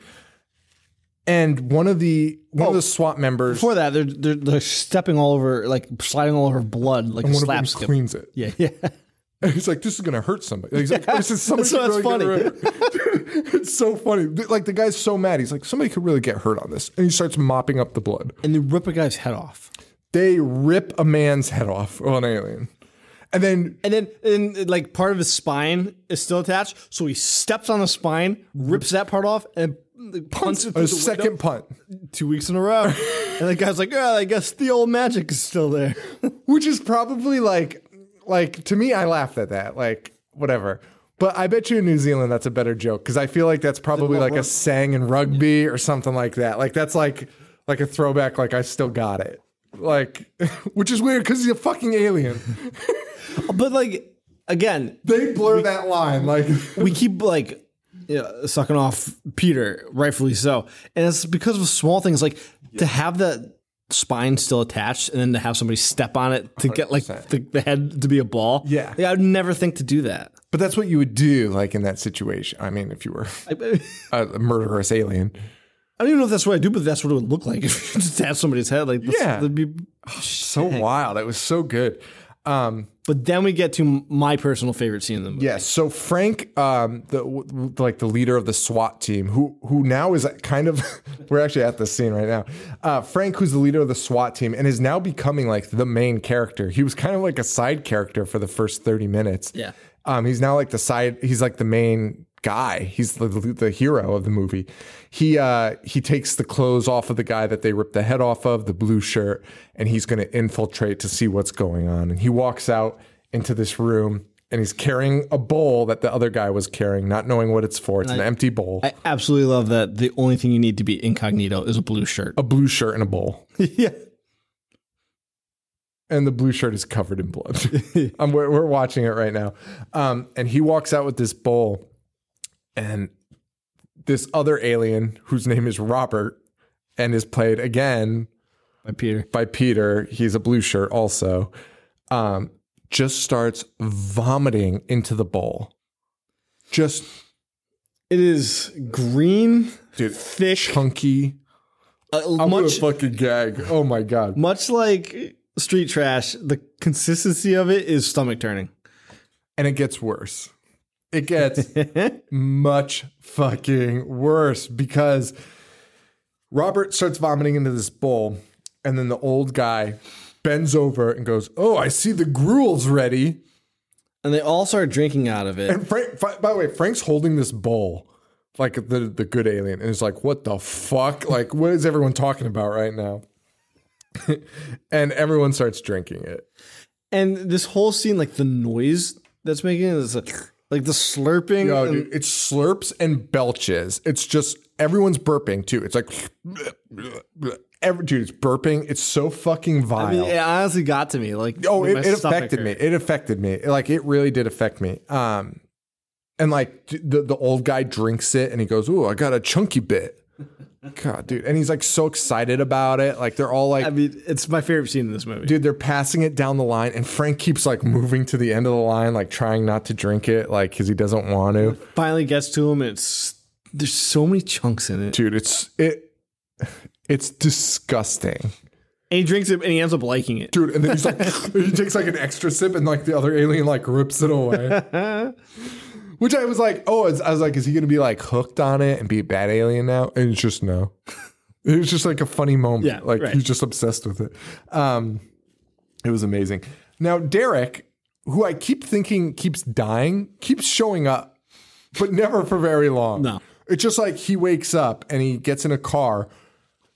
and one of the one of the SWAT members
Oh. Before that, they're, they're they're stepping all over, like sliding all over blood, like a
one of them
slap skip.
cleans it.
Yeah, yeah.
He's like, "This is gonna hurt somebody." He's like, "This is somebody."
So
could
that's
really get hurt. it's so funny. Like the guy's so mad. He's like, "Somebody could really get hurt on this," and he starts mopping up the blood.
And they rip a guy's head off.
They rip a man's head off on an alien, and then
And then, and like part of his spine is still attached, so he steps on the spine, rips that part off, and like, punts it through
a
the
second
window
punt,
two weeks in a row. and the guy's like, "Oh, I guess the old magic is still there."
which is probably like, like to me, I laughed at that. Like whatever. But I bet you in New Zealand that's a better joke because I feel like that's probably like a sang in rugby or something like that. Like that's like like a throwback. Like I still got it. Like, which is weird because he's a fucking alien.
but like again,
They blur that line. Like
we keep like you know, sucking off Peter, rightfully so, and it's because of small things like to have that spine still attached and then to have somebody step on it to get like the, the head to be a ball.
Yeah.
Like, I would never think to do that.
But that's what you would do, like in that situation. I mean, if you were
I, I
a murderous alien.
don't even know if that's what I do, but that's what it would look like if you just have somebody's head. Like, that's-
Yeah.
that'd be.
So wild. That was so good. Um,
But then we get to m- my personal favorite scene in the movie.
yeah. So Frank, um, the w- w- like the leader of the SWAT team, who who now is kind of, we're actually at this scene right now. Uh, Frank, who's the leader of the SWAT team, and is now becoming like the main character. He was kind of like a side character for the first thirty minutes.
Yeah.
Um, he's now like the side. He's like the main guy. He's the, the, the hero of the movie. He uh, he takes the clothes off of the guy that they ripped the head off of, the blue shirt, and he's going to infiltrate to see what's going on. And he walks out into this room, and he's carrying a bowl that the other guy was carrying, not knowing what it's for. It's an empty bowl,
I absolutely love that. The only thing you need to be incognito is a blue shirt. Oh,
a blue shirt, and a bowl.
yeah.
and the blue shirt is covered in blood. um, we're, we're watching it right now. Um, and he walks out with this bowl, and this other alien, whose name is Robert, and is played again
By Peter.
by Peter, he's a blue shirt also, um, just starts vomiting into the bowl. Just
It is green,
dude,
thick,
chunky.
uh,
I'm gonna
much
fucking gag. Oh my god.
much like street trash. The consistency of it is stomach turning.
And it gets worse. It gets much fucking worse because Robert starts vomiting into this bowl, and then the old guy bends over and goes, "Oh, I see the gruel's ready."
and they all start drinking out of it.
And Frank, Fra- by the way, Frank's holding this bowl like the the good alien, and it's like, "What the fuck? Like, what is everyone talking about right now?" and everyone starts drinking it.
And this whole scene, like the noise that's making it, is like, like the slurping.
Yo,
and-
dude, it slurps and belches. It's just everyone's burping too. It's like, every, dude, it's burping. It's so fucking vile.
I mean, it honestly got to me. Like,
oh,
my
it, it
stomach
affected me.
hurt.
It affected me. Like it really did affect me. Um, and like d- the the old guy drinks it and he goes, "Ooh, I got a chunky bit." God, dude, and he's like so excited about it. Like they're all like,
I mean, it's my favorite scene in this movie.
dude, they're passing it down the line, and Frank keeps like moving to the end of the line, like trying not to drink it, like because he doesn't want to.
Finally gets to him, and it's there's so many chunks in it.
dude it's it it's disgusting
And he drinks it, and he ends up liking it.
dude and then he's like he takes like an extra sip and like the other alien like rips it away which i was like oh it's, i was like is he gonna be like hooked on it and be a bad alien now and it's just no it was just like a funny moment
Yeah,
like
right.
he's just obsessed with it um it was amazing now derek who i keep thinking keeps dying keeps showing up but never for very long
No.
it's just like he wakes up and he gets in a car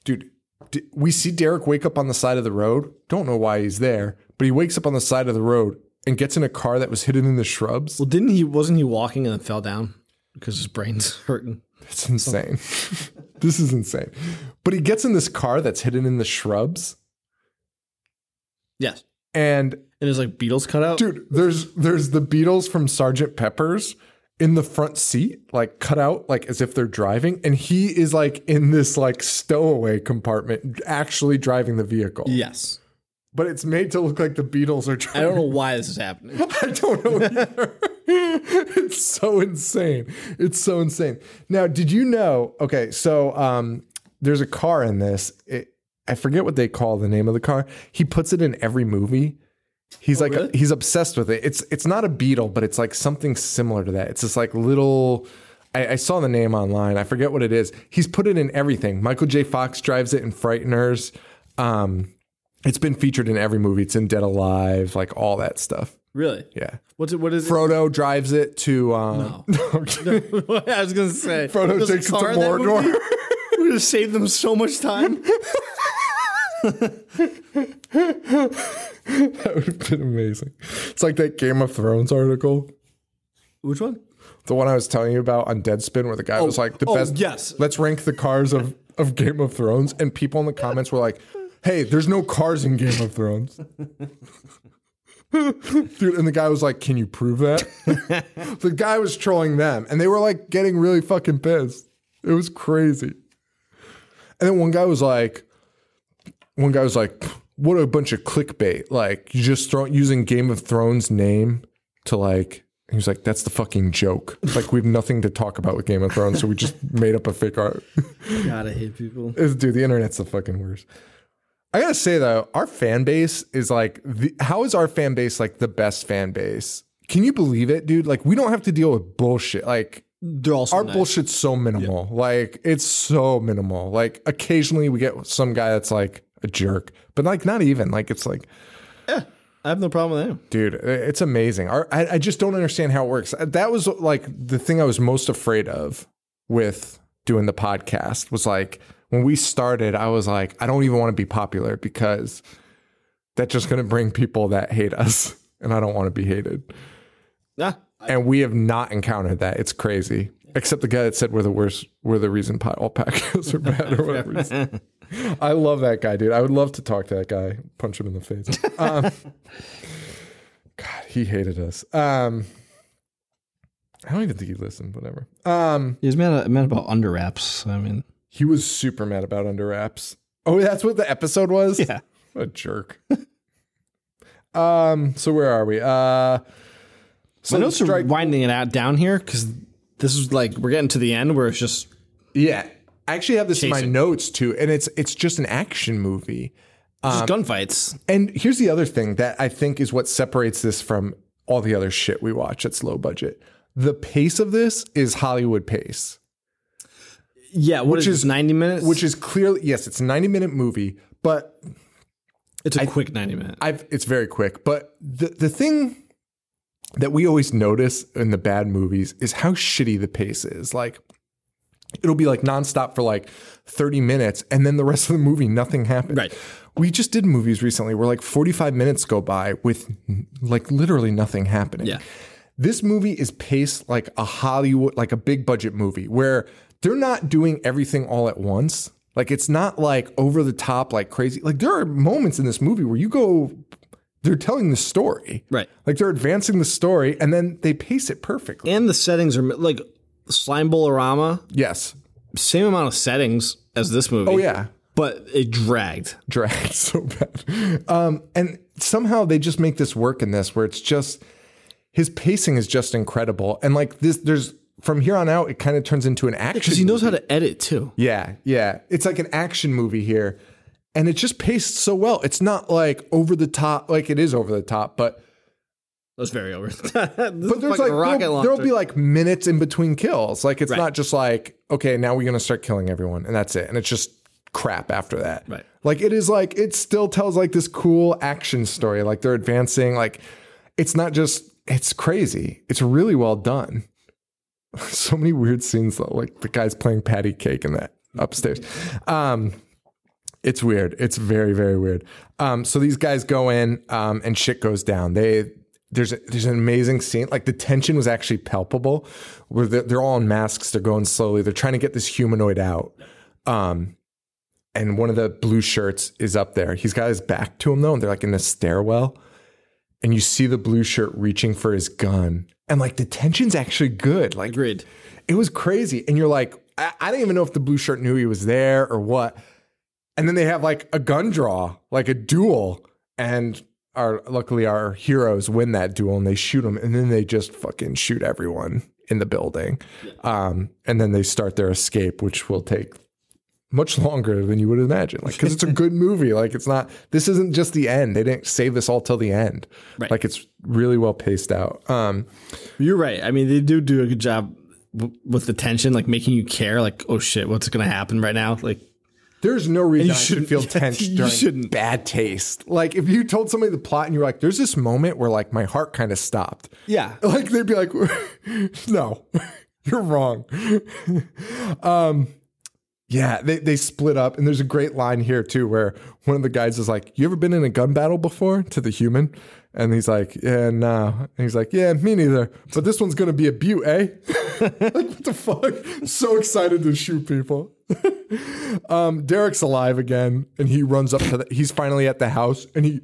dude d- we see derek wake up on the side of the road don't know why he's there but he wakes up on the side of the road and gets in a car that was hidden in the shrubs
Well, didn't he? Wasn't he walking and then fell down because his brain's hurting?
It's insane. this is insane. But he gets in this car that's hidden in the shrubs.
Yes.
And
And there's like Beatles cut out.
dude, there's there's the Beatles from Sergeant Pepper's. in the front seat, like cut out, like as if they're driving, and he is like in this like stowaway compartment, actually driving the vehicle.
Yes.
But it's made to look like the Beatles are
I
driving.
don't know why this is happening.
I don't know either. it's so insane. It's so insane. Now, did you know? Okay, so um, there's a car in this. It, I forget what they call the name of the car. He puts it in every movie. He's like
really?
he's obsessed with it. It's it's not a beetle, but it's like something similar to that. It's this like little. I, I saw the name online. I forget what it is. He's put it in everything. Michael J. Fox drives it in Frighteners. Um, it's been featured in every movie. It's in Dead Alive, like all that stuff.
Really?
Yeah.
What's it? What is
Frodo drives it to um,
it? What I was gonna say.
Frodo
There's a
takes it to
car in that
Mordor.
movie? We're gonna save them so much time.
that would have been amazing. It's like that Game of Thrones article,
Which one?
the one I was telling you about on Deadspin, where the guy was like, "The
oh,
best,
yes.
Let's rank the cars of of Game of Thrones." And people in the comments were like, "Hey, there's no cars in Game of Thrones." Dude, and the guy was like, "Can you prove that?" the guy was trolling them, and they were like getting really fucking pissed. It was crazy. And then one guy was like, one guy was like, what a bunch of clickbait. Like, you just throw using Game of Thrones name to like, he was like, that's the fucking joke. Like, we have nothing to talk about with Game of Thrones, so we just made up a fake art.
God, I hate people.
It's- Dude, the internet's the fucking worst. I gotta say though, our fan base is like, the, how is our fan base like the best fan base? Can you believe it, dude? Like, we don't have to deal with bullshit. Like,
They're all so
our
nice.
bullshit's so minimal. Like it's so minimal. Like occasionally we get some guy that's like a jerk, but like not even. Like it's like,
I have no problem with them.
dude, it's amazing. Our, I, I just don't understand how it works. Uh, That was like the thing I was most afraid of with doing the podcast was like when we started, I was like, I don't even want to be popular because that's just going to bring people that hate us, and I don't want to be hated
Nah.
and we have not encountered that. It's crazy. Except the guy that said we're the worst, we're the reason pot alpacas are bad or whatever. he said. I love that guy, dude. I would love to talk to that guy, punch him in the face. Um, God, he hated us. Um, I don't even think he listened. Whatever. Um,
He was mad, mad about under wraps. I mean,
he was super mad about under wraps. Oh, that's what the episode was.
yeah.
What a jerk. um. So where are we? Uh. So
My notes
strike-
are winding it out down here because this is like we're getting to the end where it's just
Yeah, I actually have this in my
Chasing.
notes too, and it's it's just an action movie.
just
Um,
gunfights.
And here's the other thing that I think is what separates this from all the other shit we watch that's low budget. The pace of this is Hollywood pace,
Yeah, what
which
is
is-
this, ninety minutes?
which is clearly yes, it's a 90 minute movie, but
it's a quick ninety minutes.
I've it's very quick. But the the thing that we always notice in the bad movies is how shitty the pace is. Like it'll be like nonstop for like 30 minutes, and then the rest of the movie, nothing happens.
Right.
We just did movies recently where like 45 minutes go by with like literally nothing happening.
Yeah.
This movie is paced like a Hollywood, like a big budget movie where they're not doing everything all at once. Like it's not like over the top, like crazy. Like there are moments in this movie where you go, they're telling the story.
Right.
Like they're advancing the story and then they pace it perfectly.
and the settings are like slime bolorama
yes.
same amount of settings as this movie
Oh, yeah.
but it dragged
dragged so bad. Um, and somehow they just make this work in this where it's just his pacing is just incredible. And like this, there's from here on out, it kind of turns into an action.
because he knows how to edit too
yeah, yeah. It's like an action movie here. And it just paced so well. It's not like over the top, like it is over the top, but
that's very over but
but there's like
rocket
there'll,
launcher.
there'll be like minutes in between kills. Like it's
Right.
not just like okay, now we're gonna start killing everyone and that's it, and it's just crap after that.
Right.
Like it is like it still tells like this cool action story. Like they're advancing. Like it's not just it's crazy. It's really well done. so many weird scenes though. Like the guy's playing patty cake in that upstairs. Um, it's weird. It's very very weird. Um, so these guys go in um, and shit goes down. They there's a, there's an amazing scene. Like the tension was actually palpable. Where they're, they're all in masks. They're going slowly. They're trying to get this humanoid out. Um, and one of the blue shirts is up there. He's got his back to him though, and they're like in the stairwell. and you see the blue shirt reaching for his gun. And like the tension's actually good. Like
Agreed.
it was crazy. And you're like, I, I didn't even know if the blue shirt knew he was there or what. And then they have like a gun draw, like a duel. And our luckily our heroes win that duel and they shoot him. And then they just fucking shoot everyone in the building. Um, and then they start their escape, which will take much longer than you would imagine. Like, because it's a good movie. Like, it's not, this isn't just the end. They didn't save this all till the end.
Right.
Like, it's really well paced out. Um,
You're right. I mean, they do do a good job w- with the tension, like making you care, like, oh shit, what's going to happen right now? Like,
There's no reason
you
I should
shouldn't-
feel
yeah,
tense
you
during
shouldn't.
bad taste. Like if you told somebody the plot and you were like, "There's this moment where like my heart kind of stopped."
yeah.
Like they'd be like, "No, you're wrong." um, yeah, they they split up, and there's a great line here too where one of the guys is like, "You ever been in a gun battle before?" To the human, and he's like, "Yeah, no," and he's like, "Yeah, me neither." But this one's gonna be a butte, eh? like what the fuck? So excited to shoot people. um, Derek's alive again, and he runs up to the. He's finally at the house, and he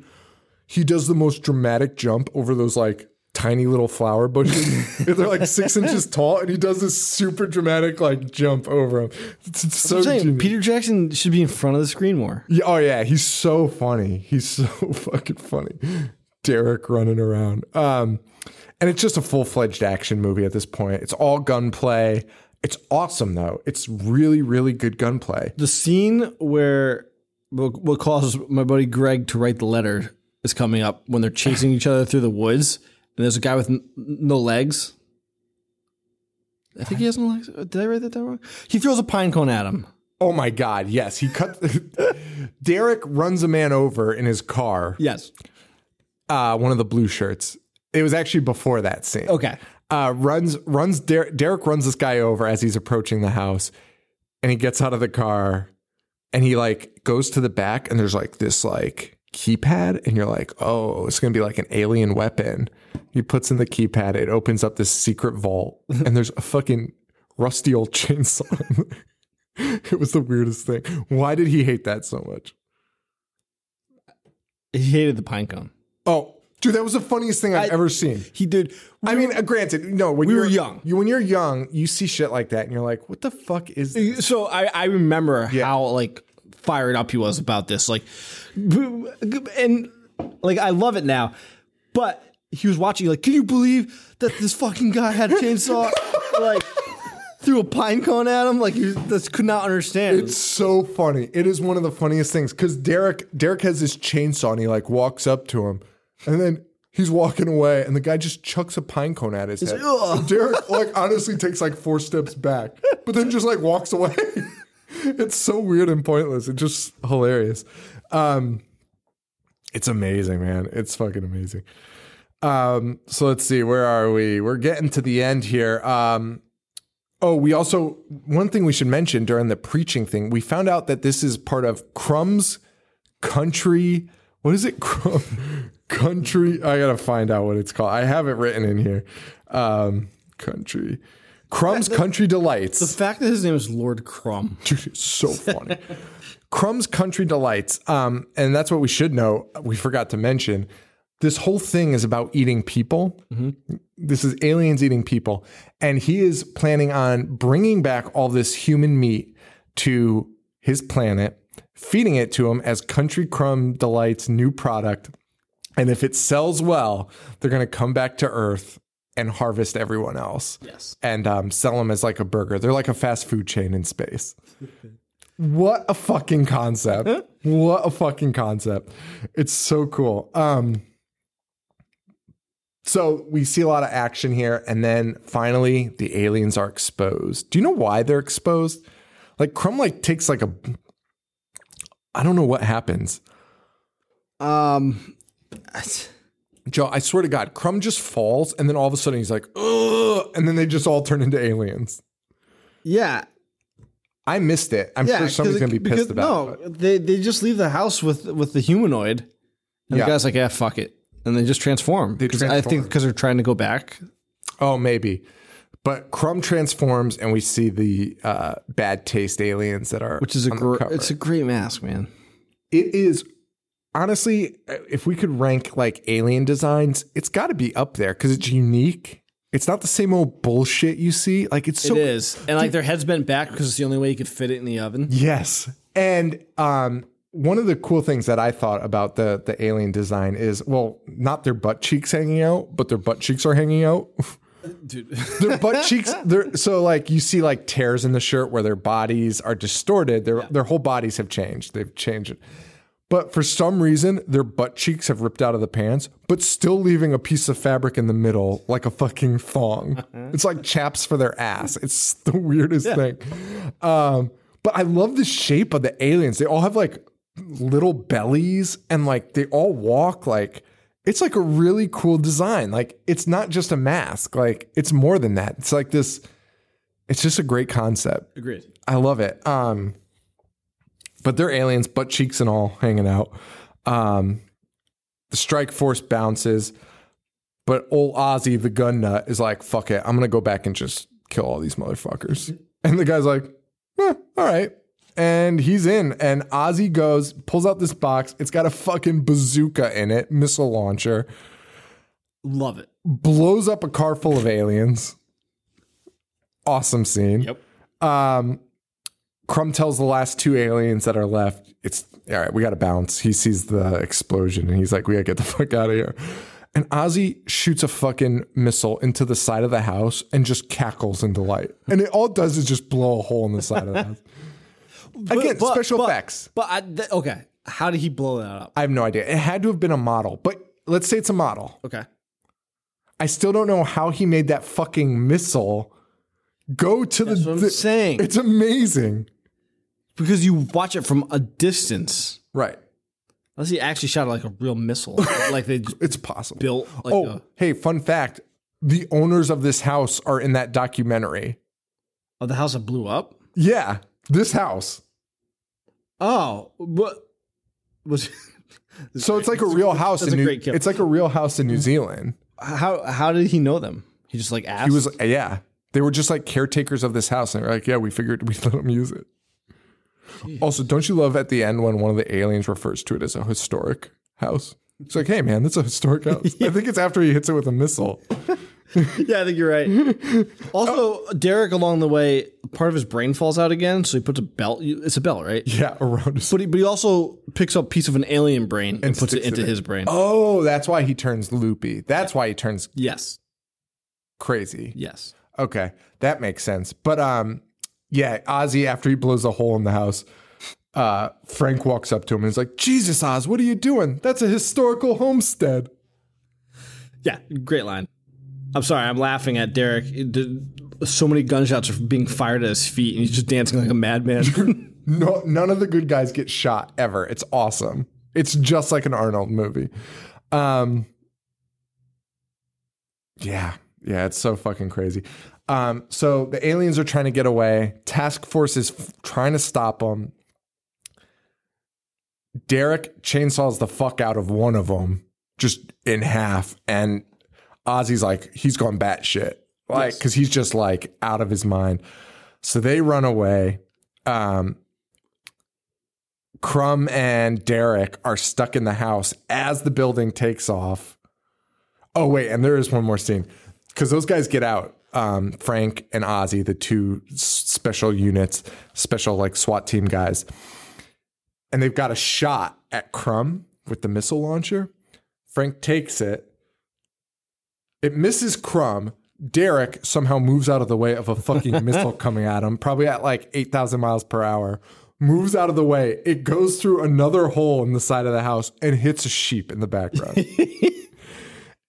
he does the most dramatic jump over those like tiny little flower bushes. They're like six inches tall, and he does this super dramatic like jump over them. It's, it's so
I'm saying
genius.
Peter Jackson should be in front of the screen more.
Yeah, oh yeah, he's so funny. He's so fucking funny. Derek running around. Um and it's just a full-fledged action movie at this point. It's all gunplay. It's awesome though. It's really really good gunplay.
The scene where what what causes my buddy Greg to write the letter is coming up when they're chasing each other through the woods, and there's a guy with n- no legs. I think he has no legs. Did I write that down wrong? He throws a pine cone at him.
Oh my god, yes. He cut Derek runs a man over in his car.
Yes.
Uh one of the blue shirts. It was actually before that scene.
Okay.
uh, runs runs Der- Derek runs this guy over as he's approaching the house, and he gets out of the car, and he like goes to the back, and there's like this like keypad, and you're like, oh, it's gonna be like an alien weapon. He puts in the keypad, it opens up this secret vault, and there's a fucking rusty old chainsaw. in there. it was the weirdest thing. Why did he hate that so much?
He hated the pine cone.
Oh, dude, that was the funniest thing I've
I-
ever seen.
He did.
I mean, uh, granted, no. When
We
you're,
were young.
you, when you're young, you see shit like that, and you're like, "What the fuck is?" This?
So I, I remember
Yeah.
how like fired up he was about this. Like, and like I love it now, but he was watching. Like, can you believe that this fucking guy had a chainsaw? like, threw a pine cone at him. Like, he was, this could not understand.
It's so funny. It is one of the funniest things because Derek Derek has this chainsaw, and he like walks up to him, and then he's walking away, and the guy just chucks a pine cone at his head.
"Ugh."
So Derek like honestly takes like four steps back, but then just like walks away. it's so weird and pointless. It's just hilarious. Um, it's amazing, man. It's fucking amazing. Um, so let's see, where are we? We're getting to the end here. Um, oh, we also one thing we should mention during the preaching thing, we found out that this is part of Crumb's country. What is it? Crumb country. I gotta find out what it's called. I have it written in here. Um, country. Crumb's Country Delights.
the fact that his name is Lord Crumb.
Dude, it's so funny. Crumb's Country Delights. Um, and that's what we should know. We forgot to mention. This whole thing is about eating people. This is aliens eating people. And he is planning on bringing back all this human meat to his planet, feeding it to him as Country Crumb Delights' new product. And if it sells well, they're going to come back to Earth and harvest everyone else
Yes.
and um, sell them as like a burger. They're like a fast food chain in space. what a fucking concept. what a fucking concept. It's so cool. Um, so we see a lot of action here. And then finally, the aliens are exposed. Do you know why they're exposed? Like Crumb like takes like a I don't know what happens.
Um.
Joe, I swear to God, Crumb just falls and then all of a sudden he's like, ugh, and then they just all turn into aliens.
Yeah.
I missed it. I'm
Yeah.
sure somebody's
'cause it-
gonna be pissed
because-
about it.
No, they they just leave the house with with the humanoid, and
Yeah.
the guy's like, "Yeah, fuck it," and they just transform.
They
'Cause I
transform.
think because they're trying to go back.
Oh, maybe. But Crumb transforms, and we see the uh, bad taste aliens that are,
which is a
on the
gr-
cover.
it's a great mask, man.
it is honestly, uh, if we could rank like alien designs, it's got to be up there because it's unique. It's not the same old bullshit you see. Like it's so
it is, and like their heads bent back because it's the only way you could fit it in the oven.
Yes. And um, one of the cool things that I thought about the the alien design is well, not their butt cheeks hanging out, but their butt cheeks are hanging out.
Dude,
their butt cheeks they're so like you see like tears in the shirt where their bodies are distorted. Their their whole bodies have changed. They've changed. But for some reason, their butt cheeks have ripped out of the pants, but still leaving a piece of fabric in the middle like a fucking thong. It's like chaps for their ass. It's the weirdest thing. Um, but I love the shape of the aliens. They all have like little bellies and like they all walk like it's like a really cool design. Like it's not just a mask, like it's more than that. It's like this, it's just a great concept.
agreed.
I love it. Um, but they're aliens, butt cheeks and all, hanging out. Um, the strike force bounces, but old Ozzy, the gun nut, is like, "Fuck it, I'm gonna go back and just kill all these motherfuckers." And the guy's like, eh, "All right," and he's in. And Ozzy goes, pulls out this box. It's got a fucking bazooka in it, missile launcher,
Love it.
blows up a car full of aliens. Awesome scene.
Yep.
Um, Crumb tells the last two aliens that are left, it's all right, we got to bounce. He sees the explosion and he's like, we got to get the fuck out of here. And Ozzy shoots a fucking missile into the side of the house and just cackles into light. And it all it does is just blow a hole in the side of the house. Again,
But- but-
special
but-
effects.
But I, th- okay, how did he blow that up?
I have no idea. It had to have been a model, but let's say it's a model.
Okay,
I still don't know how he made that fucking missile go to
That's
the.
what I'm
the-
saying.
It's amazing.
because you watch it from a distance.
Right.
Unless he actually shot like a real missile, like they just
It's possible.
built. Like
oh,
a,
hey, fun fact. The owners of this house are in that documentary.
oh, the house that blew up.
Yeah, this house.
Oh, what was
So it's like a real house
that's
in
a
New,
great kill.
It's like a real house in New Zealand.
how? How did he know them? He just like asked.
He was yeah. They were just like caretakers of this house and they were like, "Yeah, we figured we'd let them use it." Also, don't you love at the end when one of the aliens refers to it as a historic house? It's like, "Hey man, that's a historic house." I think it's after he hits it with a missile.
yeah, I think you're right. Also, Derek along the way, part of his brain falls out again, so he puts a belt. It's a belt, right?
Yeah, around his
But he, but he also picks up a piece of an alien brain and, puts it
sticks it
into
in.
his brain.
Oh, that's why he turns loopy. That's why he turns
Yes,
crazy.
yes.
Okay, that makes sense. But um, yeah, Ozzy after he blows a hole in the house, uh, Frank walks up to him and is like, "Jesus, Oz, what are you doing? That's a historical homestead."
Yeah, great line. I'm sorry, I'm laughing at Derek. It did- so many gunshots are being fired at his feet, and he's just dancing like a madman.
No, none of the good guys get shot ever. It's awesome. It's just like an Arnold movie. Um, yeah, yeah, it's so fucking crazy. Um, so the aliens are trying to get away. Task Force is f- trying to stop them. Derek chainsaws the fuck out of one of them, just in half, and Ozzy's like he's gone batshit, like because he's just like out of his mind. So they run away. Um, Crumb and Derek are stuck in the house as the building takes off. Oh wait, and there is one more scene because those guys get out. Um, Frank and Ozzy, the two s- special units, special like SWAT team guys, and they've got a shot at Crumb with the missile launcher. Frank takes it. It misses Crumb. Derek somehow moves out of the way of a fucking missile coming at him, probably at like 8,000 miles per hour. Moves out of the way. It goes through another hole in the side of the house and hits a sheep in the background.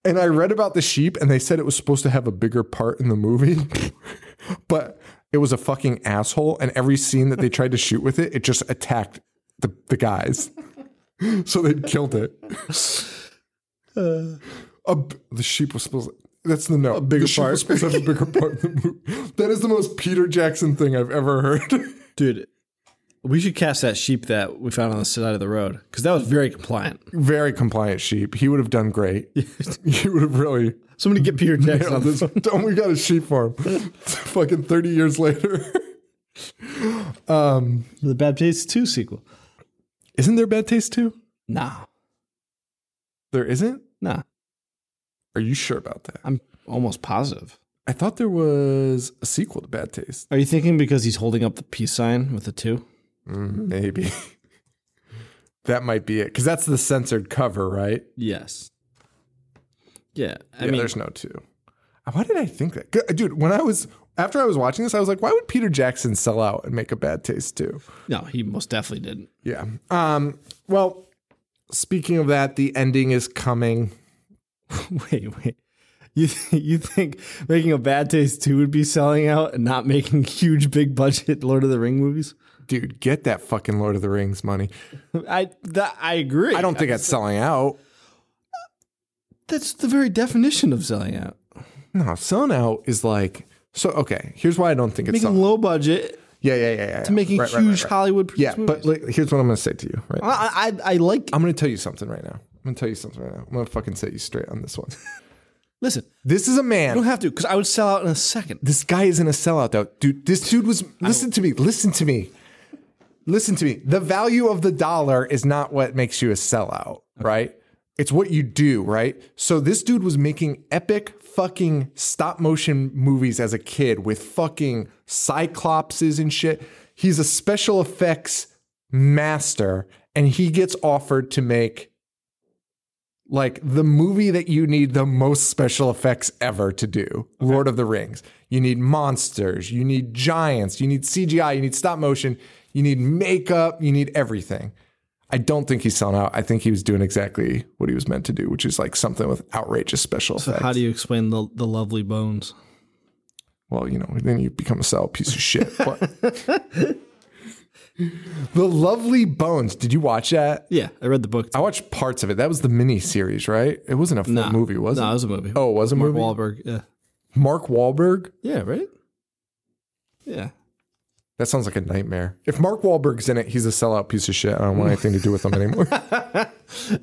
and I read about the sheep and they said it was supposed to have a bigger part in the movie, but it was a fucking asshole. And every scene that they tried to shoot with it, it just attacked the, the guys. so they killed it. A b the sheep was supposed. that's the note. A bigger the sheep
part.
Was supposed to have a bigger part. In the movie. That is the most Peter Jackson thing I've ever heard.
Dude, we should cast that sheep that we found on the side of the road because that was very compliant.
Very compliant sheep. He would have done great. he would have really.
Somebody get Peter Jackson.
nailed
on the
this.
phone.
Don't we got a sheep farm? Fucking thirty years later.
The Bad Taste 2 sequel.
Isn't there bad taste too?
Nah.
There isn't?
Nah,
Are you sure about that?
I'm almost positive.
I thought there was a sequel to Bad Taste.
Are you thinking because he's holding up the peace sign with the two?
Maybe. that might be it. Because that's the censored cover, right?
Yes. Yeah, I
yeah,
mean,
there's no two. Uh, Why did I think that? Good- Dude, when I was, after I was watching this, I was like, why would Peter Jackson sell out and make a Bad Taste too?
no, he most definitely didn't.
Yeah. Um, well, speaking of that, the ending is coming.
Wait, wait. You th- you think making a Bad Taste two would be selling out and not making huge big budget Lord of the Ring movies?
Dude, get that fucking Lord of the Rings money.
I that, I agree.
I don't think that's selling out.
that's the very definition of selling out.
No, selling out is like, so, okay, here's why I don't think it's
Making
selling
low budget
Yeah, yeah, yeah, yeah.
to making
Right, right, right,
huge
right.
Hollywood.
Yeah,
movies.
but like, here's what I'm going to say to you, right?
I, I I like.
I'm going to tell you something right now. I'm going to tell you something right now. I'm going to fucking set you straight on this one.
listen,
this is a
I don't
man.
have to because I would sell out in a second.
This guy isn't a sellout, though. Dude, this dude was. Listen to me. Listen to me. Listen to me. The value of the dollar is not what makes you a sellout, right? It's what you do, right? So this dude was making epic fucking stop motion movies as a kid with fucking cyclopses and shit. He's a special effects master and he gets offered to make like the movie that you need the most special effects ever to do Lord of the Rings. You need monsters, you need giants, you need CGI, you need stop motion, you need makeup, you need everything. I don't think he's selling out. I think he was doing exactly what he was meant to do, which is like something with outrageous special effects.
How do you explain the the lovely bones?
Well, you know, then you become a sell piece of shit. But- the Lovely Bones. Did you watch that?
Yeah, I read the book.
I watched parts of it. That was the mini series, right? It wasn't a full
Nah.
movie, was
no,
it?
it was a movie.
Oh, it was a
Mark
movie?
Wahlberg. Yeah,
Mark Wahlberg?
yeah, right. Yeah,
That sounds like a nightmare. If Mark Wahlberg's in it, he's a sellout piece of shit. I don't want anything to do with him anymore.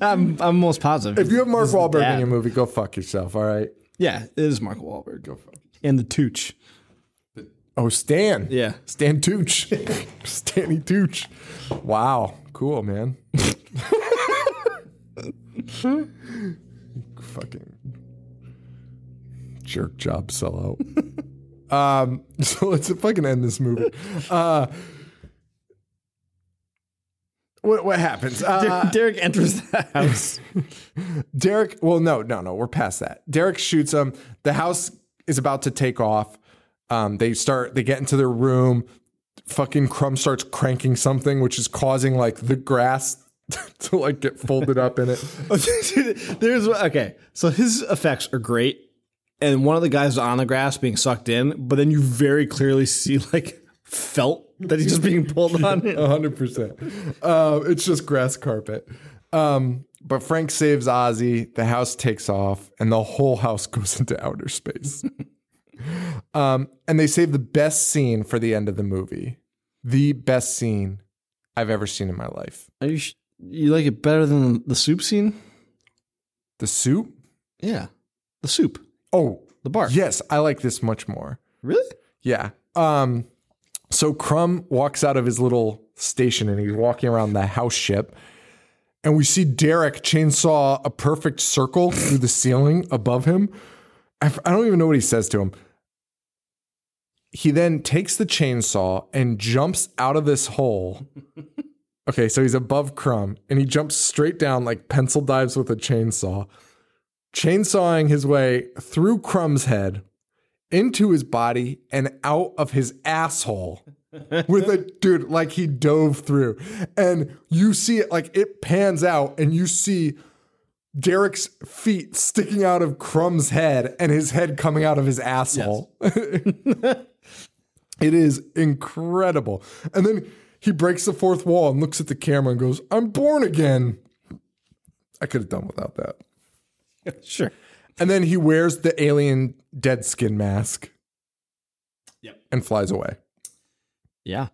I'm I'm most positive.
if you have Mark Wahlberg in
dad.
your movie, go fuck yourself, all right?
yeah, it is Mark Wahlberg. Go fuck. And the Tooch.
Oh, Stan.
Yeah.
Stan Tooch. Stanny Tooch. Wow. Cool, man. Fucking jerk job sellout. um, so let's fucking end this movie. Uh, what, what happens? Uh,
Derek enters the house.
Derek, well, no, no, no, we're past that. Derek shoots him. The house is about to take off. Um, they start, they get into their room. Fucking Crumb starts cranking something, which is causing like the grass to like get folded up in it.
There's okay. So his effects are great, and one of the guys is on the grass being sucked in, but then you very clearly see like felt that he's just being pulled on.
100%. Uh, it's just grass carpet. Um, but Frank saves Ozzy. The house takes off, and the whole house goes into outer space. um, and they save the best scene for the end of the movie. The best scene I've ever seen in my life.
Are you sh- you like it better than the soup scene?
The soup?
Yeah, the soup,
Oh,
the bar.
yes. I like this much more.
really.
Yeah. Um, so Crumb walks out of his little station and he's walking around the house ship. And we see Derek chainsaw a perfect circle through the ceiling above him. I, f- I don't even know what he says to him. He then takes the chainsaw and jumps out of this hole. Okay, so he's above Crumb and he jumps straight down like pencil dives with a chainsaw, chainsawing his way through Crumb's head into his body and out of his asshole with a dude like he dove through and you see it like it pans out and you see Derek's feet sticking out of Crumb's head and his head coming out of his asshole. it is incredible. And then he breaks the fourth wall and looks at the camera and goes, "I'm born again." I could have done without that.
Sure.
And then he wears the alien dead skin mask.
Yep.
And flies away
Yeah.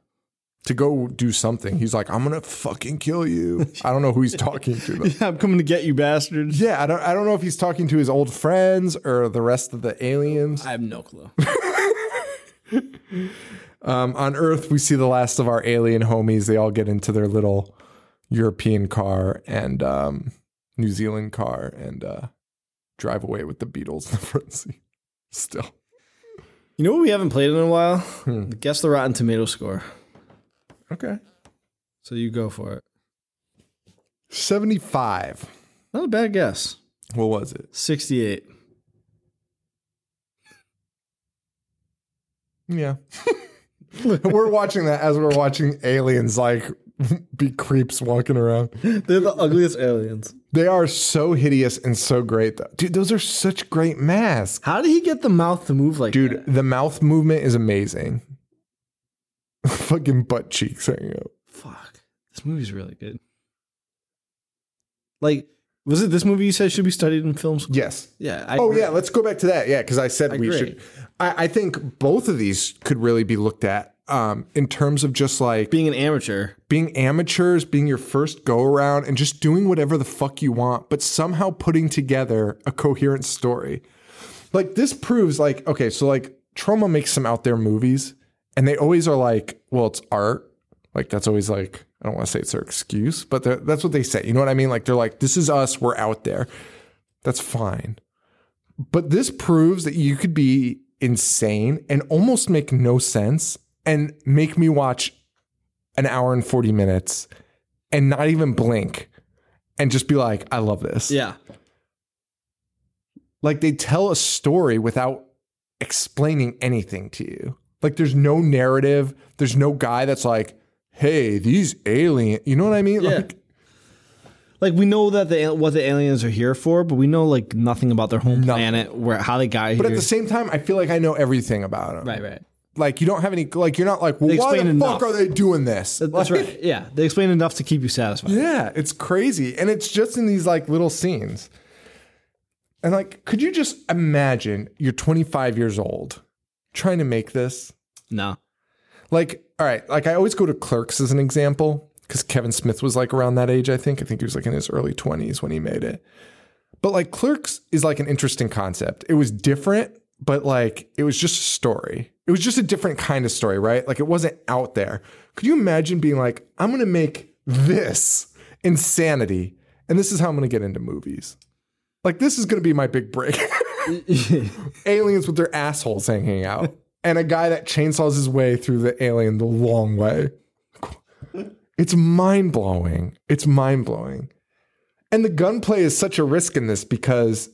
to go do something. He's like, I'm gonna fucking kill you. I don't know who he's talking to. Though.
I'm coming to get you, bastards.
Yeah, I don't. I don't know if he's talking to his old friends or the rest of the aliens.
I have no clue.
Um, on Earth, we see the last of our alien homies. They all get into their little European car, and um, New Zealand car and uh, drive away with the Beatles in the front seat. Still,
You know what we haven't played in a while? Guess the Rotten Tomato score.
okay,
So you go for it.
seventy-five.
Not a bad guess.
What was it?
68.
Yeah. we're watching that as we're watching aliens like be creeps walking around.
They're the ugliest aliens.
They are so hideous and so great though. Dude, those are such great masks.
How did he get the mouth to move like
Dude,
that?
the mouth movement is amazing. Fucking butt cheeks hanging out.
Fuck. This movie's really good. Like, was it this movie you said should be studied in film school?
Yes.
Yeah. I
Oh
agree.
yeah, let's go back to that. Yeah, because I said we
agree.
should I, I think both of these could really be looked at um in terms of just like
Being an amateur.
being amateurs, being your first go around, and just doing whatever the fuck you want, but somehow putting together a coherent story. Like this proves like, okay, so like Trauma makes some out there movies, and they always are like, well, it's art. Like that's always like, I don't want to say it's their excuse, but they're- that's what they say. You know what I mean? Like they're like, this is us, we're out there. That's fine. But this proves that you could be insane and almost make no sense and make me watch an hour and 40 minutes and not even blink and just be like, I love this.
Yeah.
Like they tell a story without explaining anything to you. Like there's no narrative. There's no guy that's like, hey, these alien. You know what I mean?
Yeah.
Like
Like we know that the what the aliens are here for, but we know like nothing about their home
Nothing.
planet, where how they got here.
but at the same time, I feel like I know everything about them.
right, right.
Like you don't have any like you're not like, well,
They
why the
explain
fuck
enough.
are they doing this?
That- That's
Like,
right. Yeah, they explain enough to keep you satisfied.
Yeah, it's crazy. And it's just in these like little scenes. And like, could you just imagine you're 25 years old trying to make this?
No,
Like, all right, like I always go to Clerks as an example because Kevin Smith was like around that age, I think. I think he was like in his early 20s when he made it. But like, Clerks is like an interesting concept. It was different, but like, it was just a story. It was just a different kind of story, right? Like, it wasn't out there. Could you imagine being like, I'm going to make this insanity, and this is how I'm going to get into movies? Like, this is going to be my big break. aliens with their assholes hanging out, and a guy that chainsaws his way through the alien the long way. It's mind blowing. It's mind blowing. And the gunplay is such a risk in this because,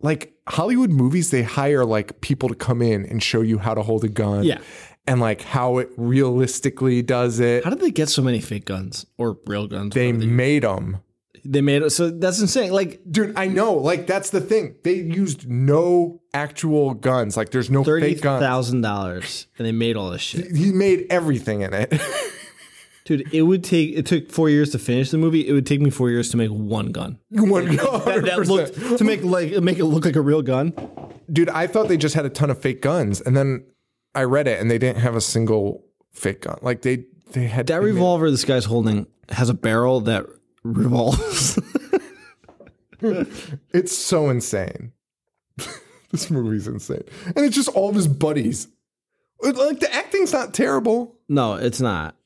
like, Hollywood movies, they hire like people to come in and show you how to hold a gun.
Yeah.
And like how it realistically does it.
how did they get so many fake guns or real guns?
They
whatever
made them.
they made it. So that's insane. Like
Dude, I know. Like, that's the thing. They used no actual guns. Like, there's no
thirty
fake guns.
thousand dollars, and they made all this shit,
He made everything in it.
dude. It would take. It took four years to finish the movie. It would take me four years to make one gun.
One
That, that looked to make like make it look like a real gun.
dude, I thought they just had a ton of fake guns, and then I read it, and they didn't have a single fake gun. Like they they had
That revolver this guy's holding has a barrel that revolves.
It's so insane. this movie's insane, and it's just all of his buddies. It- Like the acting's not terrible.
no, it's not.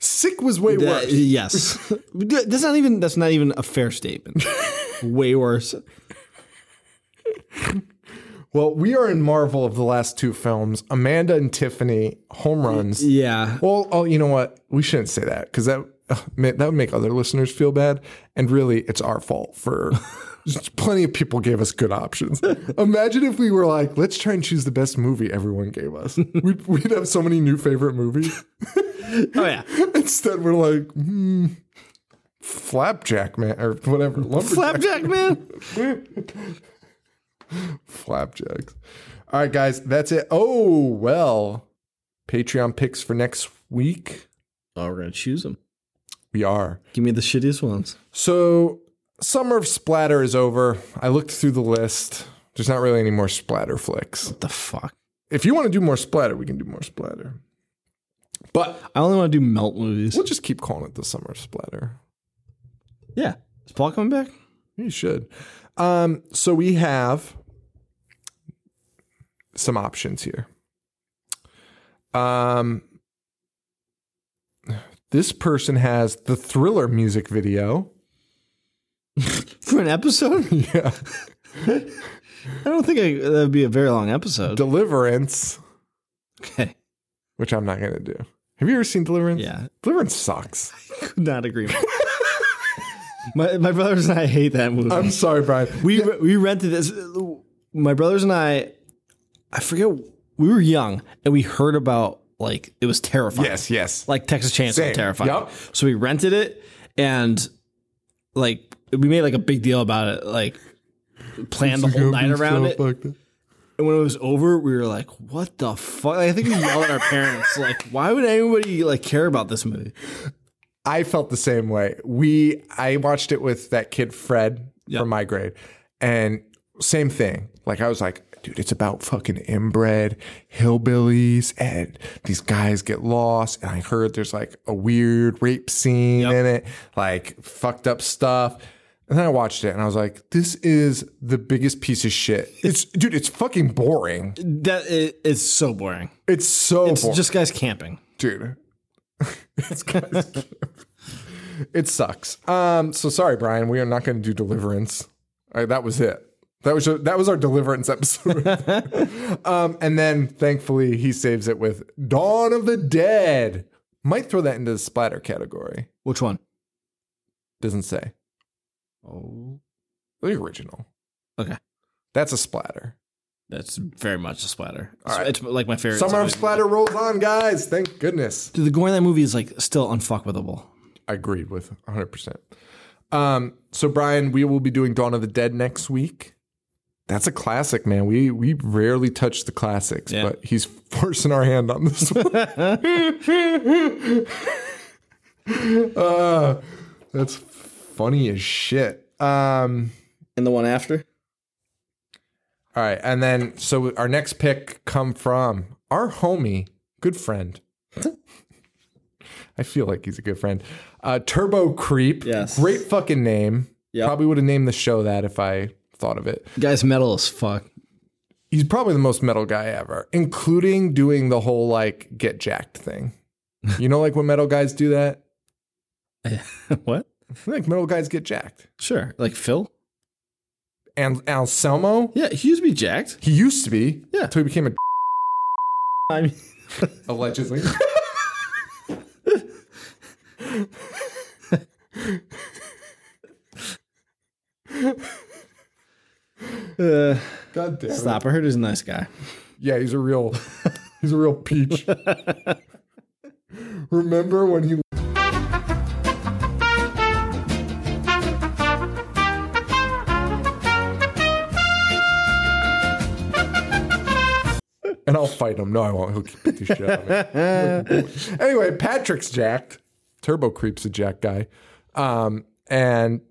Sick was way
That-
worse.
yes, that's not even that's not even a fair statement. Way worse. Oh,
Well, we are in Marvel of the last two films. Amanda and Tiffany home runs.
Yeah,
Well, oh, you know what? We shouldn't say that because that ugh, man, that would make other listeners feel bad, and really, it's our fault for. just plenty of people gave us good options. Imagine if we were like, let's try and choose the best movie everyone gave us. We'd, we'd have so many new favorite movies.
Oh yeah,
Instead, we're like, hmm, Flapjack Man or whatever, Lumberjack,
flapjack man.
Flapjacks. All right, guys, that's it. Oh well, Patreon picks for next week.
Oh, we're gonna choose them.
We are.
Give me the shittiest ones.
So, Summer of Splatter is over. I looked through the list. There's not really any more splatter flicks.
What the fuck?
If you want to do more splatter, we can do more splatter. But
I only want to do melt movies.
we'll just keep calling it the Summer of Splatter.
Yeah, is Paul coming back?
You should. Um, so, we have some options here. Um, this person has the thriller music video.
for an episode? Yeah. I don't think I, that would be a very long episode.
Deliverance,
Okay.
which I'm not going to do. Have you ever seen Deliverance?
Yeah.
Deliverance sucks.
Could not agree more. my, my brothers and I hate that movie.
I'm sorry, Brian.
we we rented this. My brothers and I, I forget, we were young and we heard about, like, it was terrifying.
yes, yes.
like Texas Chainsaw
Same.
Terrifying.
Yup.
So we rented it and like we made like a big deal about it, like planned the whole night around it. And when it was over, we were like, "What the fuck?" Like, I think we yelled at our parents, like, "Why would anybody like care about this movie?"
I felt the same way. We I watched it with that kid Fred from my grade, and same thing. Like I was like, dude, it's about fucking inbred hillbillies, and these guys get lost. And I heard there's like a weird rape scene in it, like fucked up stuff. And then I watched it, and I was like, this is the biggest piece of shit. It's dude, it's fucking boring.
That it, it's so boring.
It's so
It's
Oh, boring,
just guys camping.
dude. It sucks. Um, so sorry, Brian. We are not going to do Deliverance. All right, that was it. That was that was our Deliverance episode. um, and then thankfully he saves it with Dawn of the Dead. Might throw that into the splatter category.
Which one?
Doesn't say
Oh,
the original.
Okay.
that's a splatter.
that's very much a splatter.
All
It's-
right.
It's like my favorite.
Summer of
It's always-
Splatter rolls on, guys. Thank goodness.
Dude, the gore in that movie is like still unfuckwithable.
Agreed with 100. percent Um, so Brian, we will be doing Dawn of the Dead next week. That's a classic, man. We we rarely touch the classics,
Yeah.
but he's forcing our hand on this one. Uh, that's funny as shit. Um,
And the one after?
all right, and then so our next pick come from our homie, good friend. I feel like he's a good friend. Uh, Turbo Creep,
Yes.
great fucking name.
Yep.
Probably would have named the show that if I thought of it.
Guys, metal as fuck.
He's probably the most metal guy ever, including doing the whole like get jacked thing. You know, like when metal guys do that.
what?
Like metal guys get jacked.
Sure. Like Phil?
And Anselmo,
Yeah, he used to be jacked.
he used to be,
Yeah.
until he became a
I mean,
allegedly.
uh,
God damn. it.
stop. I heard he's a nice guy.
Yeah, he's a real he's a real peach. Remember when he And I'll fight him. No, I won't. He'll keep the shit out of me. anyway, Patrick's jacked. Turbo Creep's a jack guy. Um, and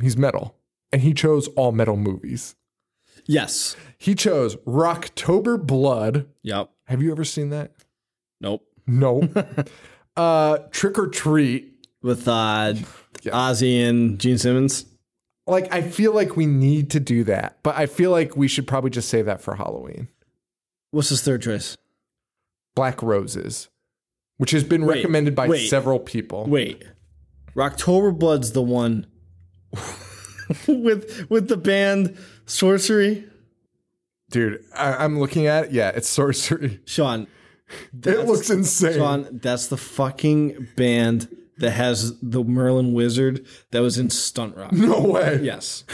he's metal. And he chose all metal movies.
Yes.
He chose Rocktober Blood.
Yep.
Have you ever seen that?
Nope.
No. uh, Trick or Treat.
With uh, Ozzy and Gene Simmons.
Like, I feel like we need to do that, but I feel like we should probably just save that for Halloween.
What's his third choice?
Black Roses, which has been
Wait,
recommended by
wait.
several people.
Wait. Rocktober Blood's the one with with the band Sorcery.
Dude, I- I'm looking at it. Yeah, it's sorcery.
Sean,
it looks insane.
Sean, that's the fucking band that has the Merlin Wizard that was in Stunt Rock.
No way.
Yes.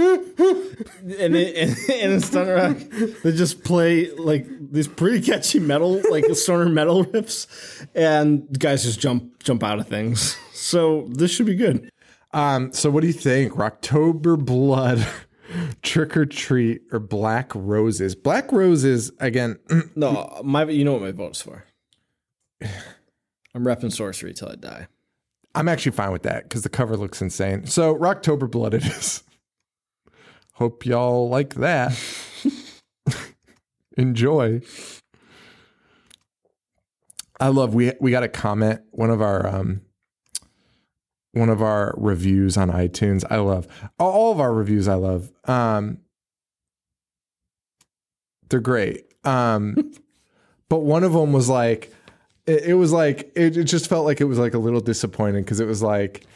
and, it, and, and in Stunt Rock, they just play like these pretty catchy metal, like stoner metal riffs, and guys just jump jump out of things. So this should be good.
Um, so what do you think? Rocktober Blood, Trick or Treat, or Black Roses? Black Roses, again,
No, my you know what my vote's for. I'm repping sorcery till I die.
I'm actually fine with that because the cover looks insane. So Rocktober Blood it is. Hope y'all like that. Enjoy. I love we we got a comment one of our um one of our reviews on iTunes. I love all- all of our reviews. I love. Um, they're great. Um, but one of them was like, it, it was like it, it just felt like it was like a little disappointing because it was like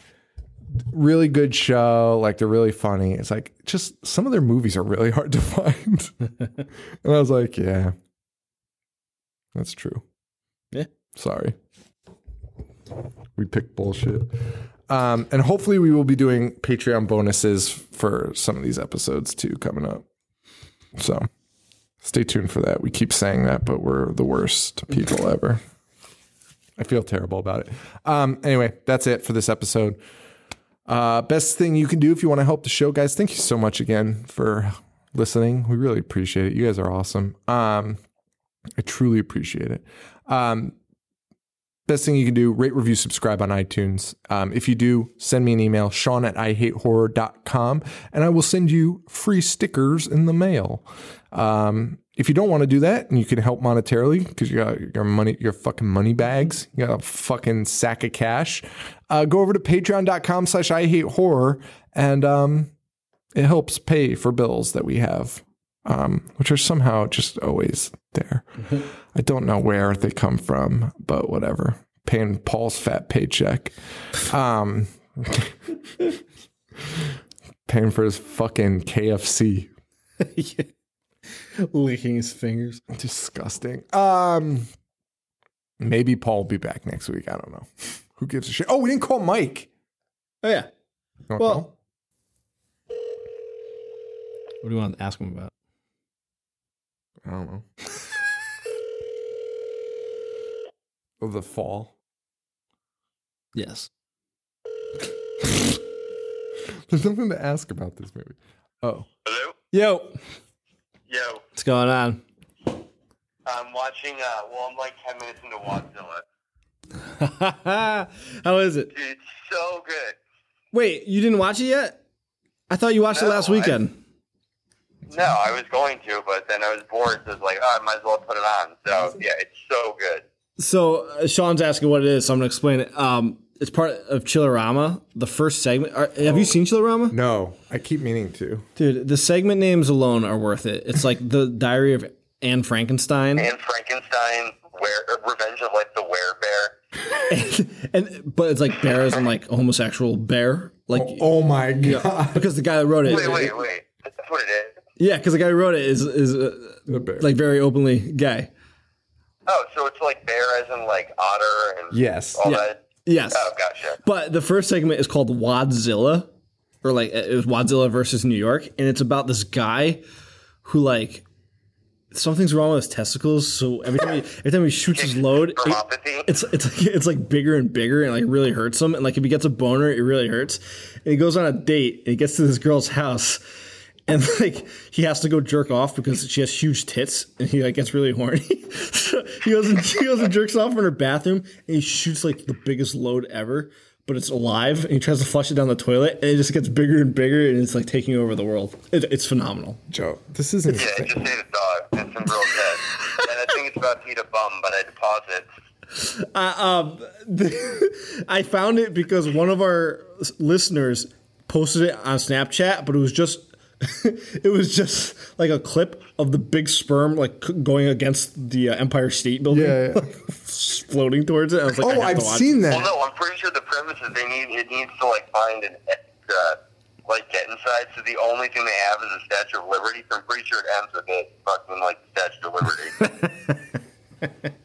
really good show like they're really funny it's like just some of their movies are really hard to find and i was like yeah that's true
Yeah.
sorry we picked bullshit um, and hopefully we will be doing patreon bonuses for some of these episodes too coming up so Stay tuned for that. We keep saying that, but we're the worst people ever. I feel terrible about it. Um, anyway, that's it for this episode. Uh, best thing you can do if you want to help the show, guys. Thank you so much again for listening. We really appreciate it. You guys are awesome. Um, I truly appreciate it. Um, best thing you can do rate review subscribe on itunes um, if you do send me an email sean at ihatehorror.com and i will send you free stickers in the mail um, if you don't want to do that and you can help monetarily because you got your money your fucking money bags you got a fucking sack of cash uh, go over to patreon.com slash i hate horror and um, it helps pay for bills that we have um, which are somehow just always there. I don't know where they come from, but whatever. Paying Paul's fat paycheck. Um, paying for his fucking KFC.
Licking his fingers.
Disgusting. Um, maybe Paul will be back next week. I don't know. Who gives a shit? Oh, we didn't call Mike.
Oh yeah.
You wanna call him?
Well, what do you want to ask him about?
I don't know. oh, the fall.
Yes.
There's nothing to ask about this movie. Oh.
Hello?
Yo,
Yo,
what's going on?
I'm watching, uh, well, I'm like 10 minutes into Godzilla.
How is it?
It's so good.
Wait, you didn't watch it yet? I thought you watched it
No,
last
I-
weekend.
No, I was going to, but then I was bored, so I was like, oh, I might as well put it on. So, yeah, it's so good.
So uh, Sean's asking what it is, so I'm gonna explain it. Um, it's part of Chillerama, the first segment. Are, have you seen Chillerama?
No, I keep meaning to.
Dude, the segment names alone are worth it. It's like the Diary of Anne Frankenstein,
And Frankenstein, where, uh, Revenge of, like, the Werebear.
and but it's like bears and like homosexual bear, like
Oh my god.
because the guy that wrote it,
Wait, wait, wait. That's what it is.
yeah, because the guy who wrote it is is uh, like very openly gay.
Oh, so it's like bear as in, like, otter and
Yes.
all
Yeah.
that.
Yes,
Oh, gotcha.
But the first segment is called Wadzilla, or like uh, it was Wadzilla versus New York, and it's about this guy who like something's wrong with his testicles. So every time he, every time he shoots his load, it-
Thermopathy.
it's it's like it's like bigger and bigger and like really hurts him. And like if he gets a boner, it really hurts. And he goes on a date and he gets to this girl's house. And like he has to go jerk off because she has huge tits, and he like gets really horny. so he goes and he goes and jerks off in her bathroom, and he shoots like the biggest load ever, but it's alive. And he tries to flush it down the toilet, and it just gets bigger and bigger, and it's like taking over the world. It, it's phenomenal.
Joe, this isn't
Yeah, it just ate a dog and some grilled head. and I think it's about to eat a bum, but I had to pause it.
Um, I found it because one of our s- listeners posted it on Snapchat, but it was just it was just like a clip of the big sperm like c- going against the uh, Empire State Building,
Yeah, yeah.
floating towards it. I was like, I
Oh,
have
I've
to watch
seen
it.
that.
Well, no, I'm pretty sure the premise is they need it needs to like find an uh, like get inside. So the only thing they have is the Statue of Liberty. So I'm pretty sure it ends with it fucking like the Statue of Liberty.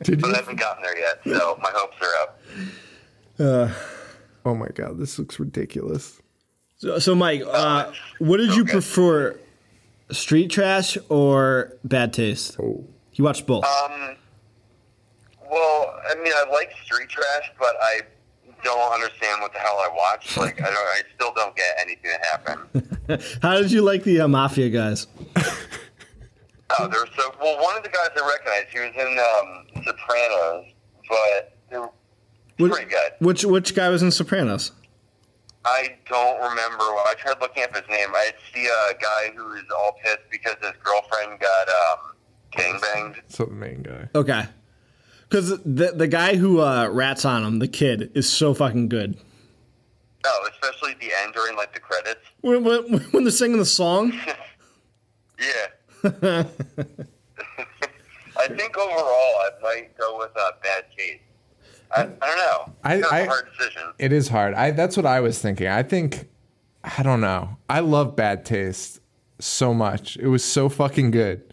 Did
but
you?
I haven't gotten there yet, so my hopes are up.
Oh my god, this looks ridiculous.
So, so Mike, uh, what did you
Okay.
prefer, street trash or bad taste?
Oh.
You watched both.
Uh, Well, I mean, I like street trash, but I don't understand what the hell I watched. Like, I don't, I still don't get anything that happened.
How did you like the uh, mafia guys?
Oh, there was so well. One of the guys I recognized, he was in um, Sopranos, but they were
Which,
pretty good.
which which guy was in Sopranos?
I don't remember. I tried looking up his name. I see a guy who is all pissed because his girlfriend got um, gangbanged.
So the main guy.
Okay. Because the the guy who uh, rats on him, the kid, is so fucking good.
Oh, especially at the end during like the credits.
When, when, when they're singing the song,
Yeah. I think overall, I might go with uh, bad taste. I, I don't know.
I-
It's kind
I-
of a hard decision.
It is hard. I that's what I was thinking. I think I don't know. I love bad taste so much. It was so fucking good.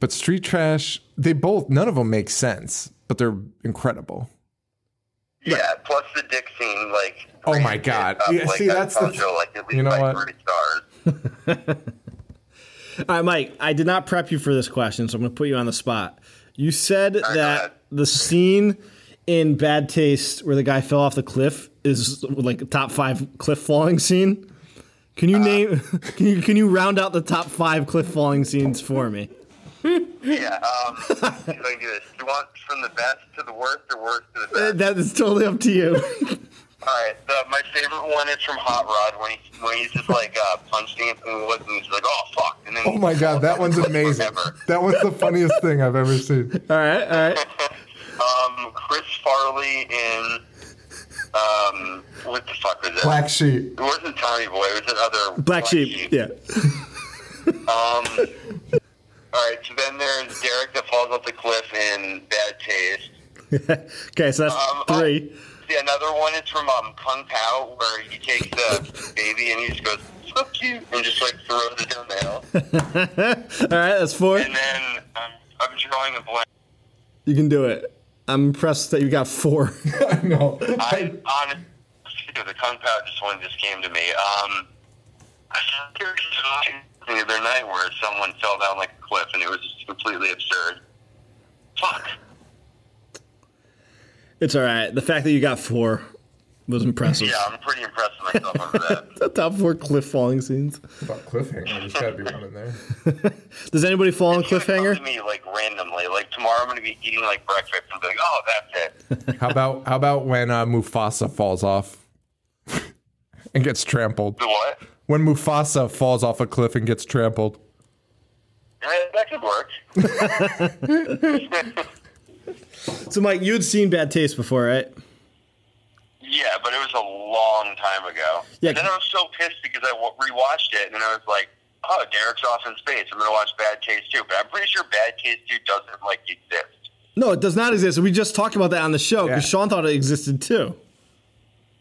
But street trash, they both none of them make sense, but they're incredible.
Yeah. Plus the dick scene, like.
Oh my
ramped it
God.
up,
Yeah,
like,
see,
on
that's the-
cultural, like at least
you know
by
what?
three stars.
All right, Mike, I did not prep you for this question, so I'm going to put you on the spot. You said
ahead.
that the scene in Bad Taste where the guy fell off the cliff is like a top five cliff falling scene. Can
Uh,
you name? Can you, can you round out the top five cliff falling scenes for me?
Yeah. Um, if I can do this. Do you want from the best to the worst or worst to the
Uh,
best?
That is totally up to you.
All right. The, my favorite one is from Hot Rod when he when he's just like uh, punched me in the woods and he's like, oh fuck, and then
Oh my god, that one's amazing.
Forever.
That one's the funniest thing I've ever seen.
All right, all right.
Um, Chris Farley in um, what the fuck was that?
Black sheep.
It wasn't Tommy Boy. It was another
Black Sheep. Yeah.
Um. all right. So then there's Derek that falls off the cliff in Bad Taste.
Okay, so that's
Um, oh,
three.
the another one is from um, Kung Pao, where he takes the baby and he just goes, so cute, and just like throws it down the hill.
All right, that's four.
and then um, I'm drawing a blank.
You can do it. I'm impressed that you got four.
No.
I honestly, the Kung Pao just one just came to me. Um, I saw there was something the other night where someone fell down like a cliff, and it was just completely absurd. Fuck.
It's all right. The fact that you got four was impressive.
Yeah, I'm pretty impressed with myself over that.
The top four cliff falling scenes.
About cliffhanger. There's gotta be one in there.
Does anybody fall on
It's gonna come
cliffhanger?
To me, like randomly. Like tomorrow, I'm gonna be eating like breakfast and be like, "Oh, that's it."
How about how about when uh, Mufasa falls off and gets trampled?
The what?
When Mufasa falls off a cliff and gets trampled.
Eh, That could work.
So, Mike, you had seen Bad Taste before, right?
Yeah, but it was a long time ago.
Yeah.
And then I was so pissed because I w- rewatched it, and then I was like, "Oh, Derek's off in space. I'm gonna watch Bad Taste too." But I'm pretty sure Bad Taste too doesn't like exist.
No, it does not exist. We just talked about that on the show
Yeah.
because Sean thought it existed too.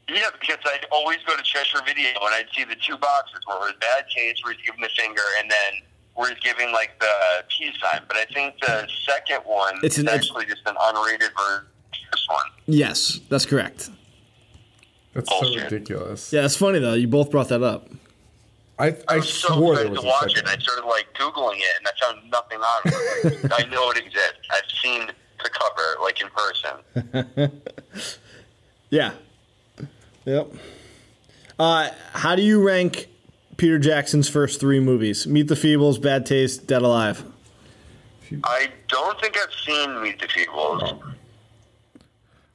Yeah, because I'd always go to Cheshire Video and I'd see the two boxes where it was Bad Taste, where he's giving the finger, and then where he's giving like the peace sign. But I think the second one
It's
it's
an-
is actually just an unrated version. of This one.
Yes, that's correct.
That's
Bullshit.
ridiculous.
Yeah, it's funny though. You both brought that up.
I, I
I was so
swore there
excited
was
to
a
watch it.
second
I started like googling it, and I found nothing on it. I know it exists. I've seen the cover, like in person.
Yeah. Yep. Uh, how do you rank Peter Jackson's first three movies? Meet the Feebles, Bad Taste, Dead Alive.
I don't think I've seen Meet the
Oh,
Feebles.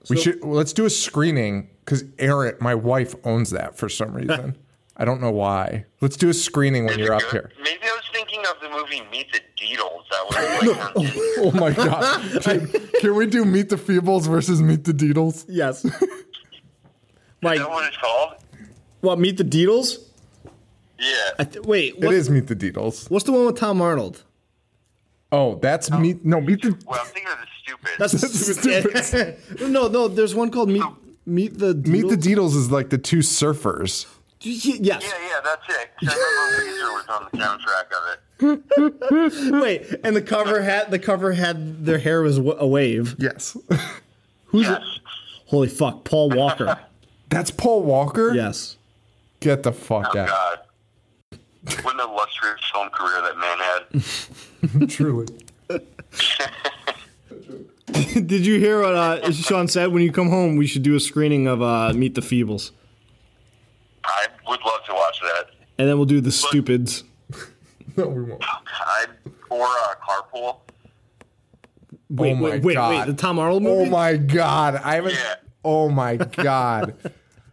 We should well, let's do a screening because Eric, my wife, owns that for some reason. I don't know why. Let's do a screening when
Is
you're
it
up
good?
here.
Maybe I was thinking of the movie Meet the Deedles. That was like,
Oh my god! Dude, can we do Meet the Feebles versus Meet the Deedles?
Yes. Mike,
is that what it's called?
what? Meet the Deedles?
Yeah.
I th- wait,
It
what,
is Meet the Deedles.
what's the one with Tom Arnold?
Oh, that's Meet. No, Meet the.
Well, I'm thinking of the stupid.
That's,
stupid.
no, no. There's one called Meet Meet the Deedles.
Meet the Deedles is like the two surfers.
Y- Yes.
yeah, yeah, that's it. 'Cause I remember Weezer was on the soundtrack of it.
Wait, and the cover had the cover had their hair was wa- a wave.
Yes,
Who's
Yes.
it? Holy fuck, Paul Walker.
that's Paul Walker.
yes.
Get the fuck
Oh,
out!
God. What an illustrious film career that man had.
Truly.
Did you hear what uh, Sean said? When you come home, we should do a screening of uh, Meet the Feebles,
I would love to watch that.
and then we'll do the Stupids.
No, we won't.
I or uh, carpool.
Wait,
oh my
wait, wait,
god!
wait, the Tom Arnold
Oh
movie.
my god! I haven't.
Yeah.
Oh my god!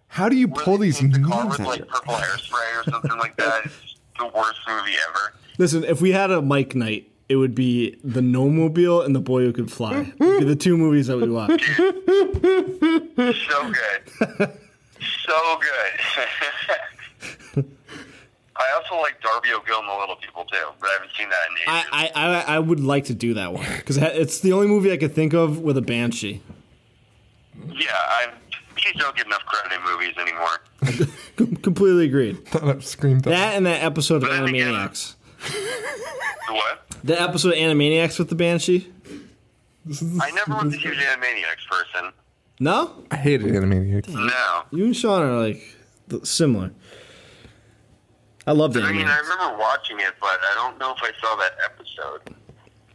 How do you
Where
pull
they
these
paint the
names?
car with
out?
like purple hairspray or something like that. It's the worst movie ever.
Listen, if we had a Mike night, it would be the No Mobile and the Boy Who Could Fly. It'd be the two movies that we watch.
So good. so good. I also like Darby O'Gill and the Little People too, but I haven't seen that in ages.
I, I, I- I would like to do that one because it's the only movie I could think of with a banshee.
Yeah, I kids don't get enough credit in movies anymore.
Com- completely agreed.
Thought I screamed that.
That and that episode of
But I think-
Animaniacs.
what?
The episode of Animaniacs with the Banshee?
I never was a huge Animaniacs person.
No?
I hated Animaniacs.
No.
You and Sean are like th- similar. I loved
I mean, I
Animaniacs.
remember watching it, but I don't know if I saw that episode.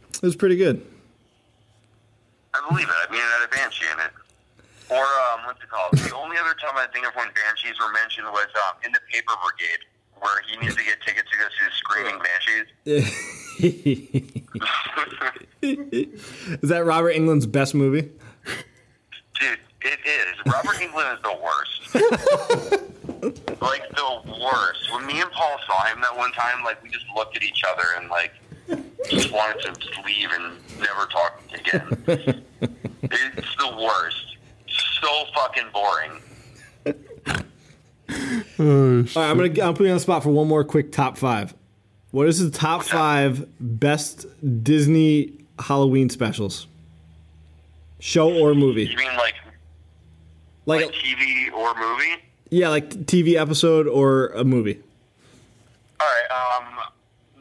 It was pretty good.
I believe it. I mean, it had a banshee in it. Or um, what's it called? The only other time I think of when banshees were mentioned was um, in the Paper Brigade, where he needs to get tickets to go see the screaming banshees.
Is that Robert England's best movie?
Dude, it is. Robert England is the worst. like the worst. When me and Paul saw him that one time, like we just looked at each other and like just wanted to just leave and never talk again. it's the worst. So fucking boring.
All right, I'm gonna I'm putting you on the spot for one more quick top five. What is the top five best Disney Halloween specials? Show or movie?
You mean like
Like
like TV or movie?
yeah, like TV episode or a movie.
All right.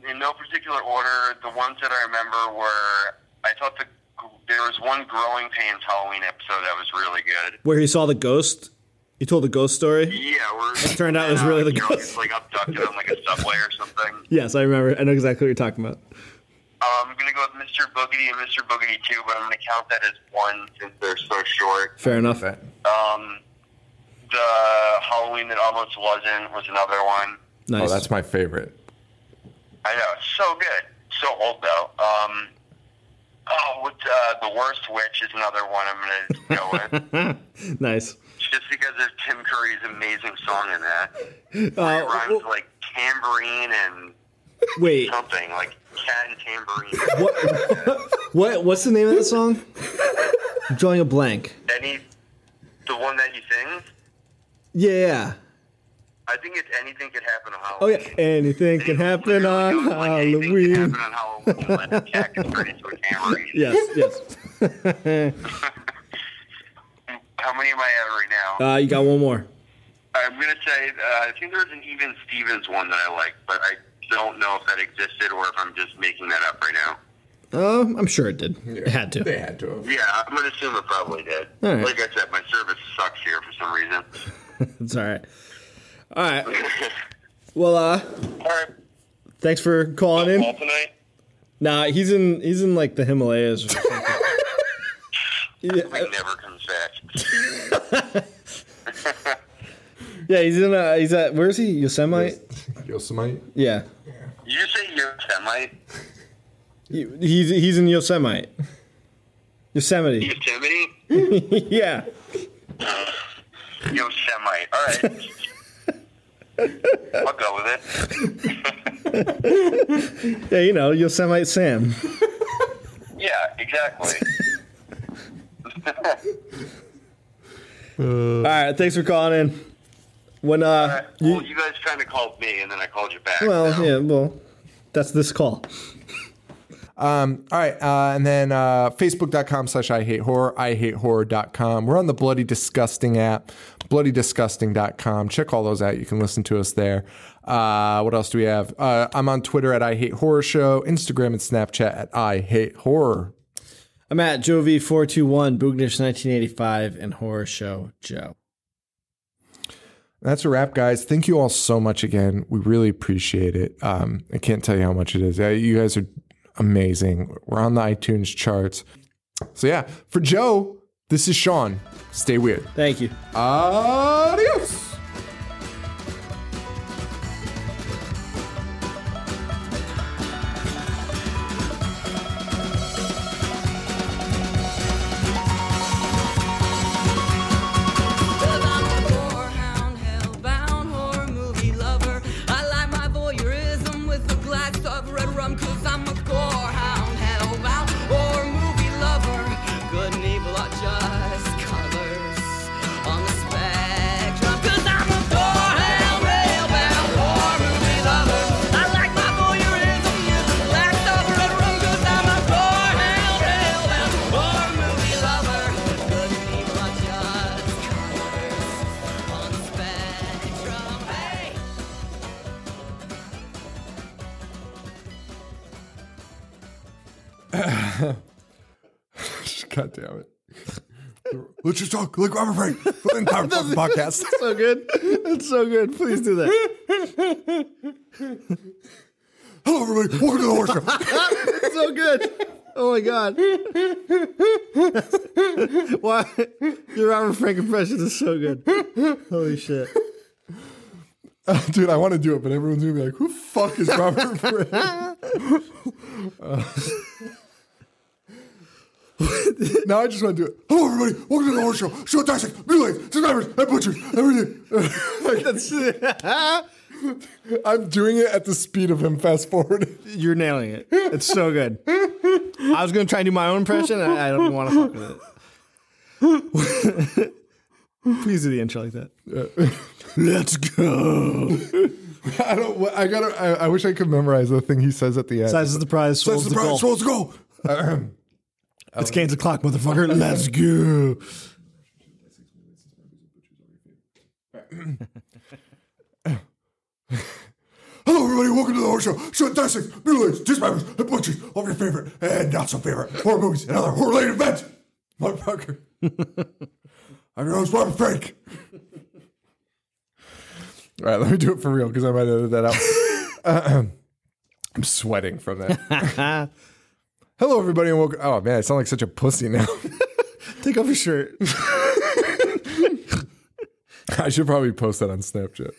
Um, in no particular order, the ones that I remember were I thought the there was one Growing Pains Halloween episode that was really good.
Where he saw the ghost. He told the ghost story.
Yeah, we're, it
turned out it was really the
It's like abducted on like a subway or something.
Yes, I remember. I know exactly what you're talking about.
Um, I'm gonna go with Mr. Boogedy and Mr. Boogedy Two, but I'm gonna count that as one since they're so short.
Fair enough.
Um, the Halloween that almost wasn't was another one.
Nice.
Oh, that's my favorite.
I know, it's so good, so old though. Um, oh, with, uh, the worst witch is another one I'm gonna go with,
nice.
just because of Tim Curry's amazing song in that. It
Uh,
rhymes with, like tambourine and
wait,
something like cat and tambourine.
what? What's the name of that song? I'm drawing a blank.
any the one that he sings.
Yeah, yeah.
I think it's anything could happen on
Oh Uh, yeah.
Halloween.
Anything can happen on
Like, Anything
Halloween.
could happen on Halloween. Like a cat gets turned into a tambourine.
Yes, yes.
How many am I at right now?
Uh, you got one more.
I'm gonna say uh, I think there's an Even Stevens one that I like, but I don't know if that existed or if I'm just making that up right now.
Um, I'm sure it did. It had to.
They had to have.
Yeah, I'm gonna assume it probably did.
All right.
Like I said, my service sucks here for some reason.
It's all right. All right. Well, uh,
All right,
thanks for calling in.
tonight.
Nah, he's in he's in like the Himalayas. Or something.
We
Uh,
never comes back.
yeah, he's in. Uh, he's at. Where is he? Yosemite.
Yosemite.
Yeah.
Did you say you're Yosemite?
He- He's he's in Yosemite. Yosemite.
Yosemite?
Yeah.
Yosemite. All right. I'll go with it.
Yeah, you know Yosemite Sam.
Yeah, exactly.
All right. Thanks for calling in. When uh,
well, you guys kind of called me, and then I called you back.
well,
so.
yeah, well, that's this call.
All right. Uh, and then uh, facebook.com slash I hate horror, I hate horror.com. We're on the Bloody Disgusting app, bloodydisgusting.com. Check all those out. You can listen to us there. Uh, what else do we have? Uh, I'm on Twitter at I hate horror show, Instagram and Snapchat at I hate horror.
I'm at Jovi421, Boognish 1985, and Horror Show Joe.
That's a wrap, guys. Thank you all so much again. We really appreciate it. Um, I can't tell you how much it is. Uh, you guys are amazing. We're on the iTunes charts. So, yeah, for Joe, this is Sean. Stay weird.
Thank you.
Adios.
I'm a whorehound, hellbound horror movie lover. I like my voyeurism with a glass of red rum, cause I'm a whorehound, hellbound horror movie lover. Good and evil are just colors on the spectrum, cause I'm a whorehound, hellbound horror movie lover. I like my voyeurism with a glass of red rum, cause I'm a whorehound, hellbound horror movie lover. Good and evil are just
God damn it. Let's just talk like Robert Frank. Flynn Power Talk podcast.
so good. That's so good. Please do that.
Hello, everybody. Welcome to the horse show.
That's so good. Oh my god. Why your Robert Frank impression is so good. Holy shit.
Dude, I want to do it, but everyone's gonna be like, "Who the fuck is Robert Frank?" Uh, now I just want to do it. Hello, everybody. Welcome to the horse show. Show dissect, mutilates, survivors, and butchers. Everything. I'm doing it at the speed of him fast forwarding.
You're nailing it. It's so good. I was gonna try and do my own impression. And I don't want to fuck with it. Please do the intro like that. Let's go.
I don't. wha- I gotta. I, I wish I could memorize the thing he says at the end.
Size is the prize. Swells
That's
the,
the prize.
goal.
Let's go. Ahem.
It's Kane's o'clock, motherfucker. Let's go.
Hello, everybody. Welcome to the horse show. Show dissect, mutilates, dismembers, and butchers of your favorite and not so favorite horror movies and other horror-related events. Motherfucker. I'm your host, Robert Frank. All right, let me do it for real because I might edit that out. Ahem. I'm sweating from that. Hello, everybody, and welcome. Oh man, I sound like such a pussy now.
Take off your shirt.
I should probably post that on Snapchat.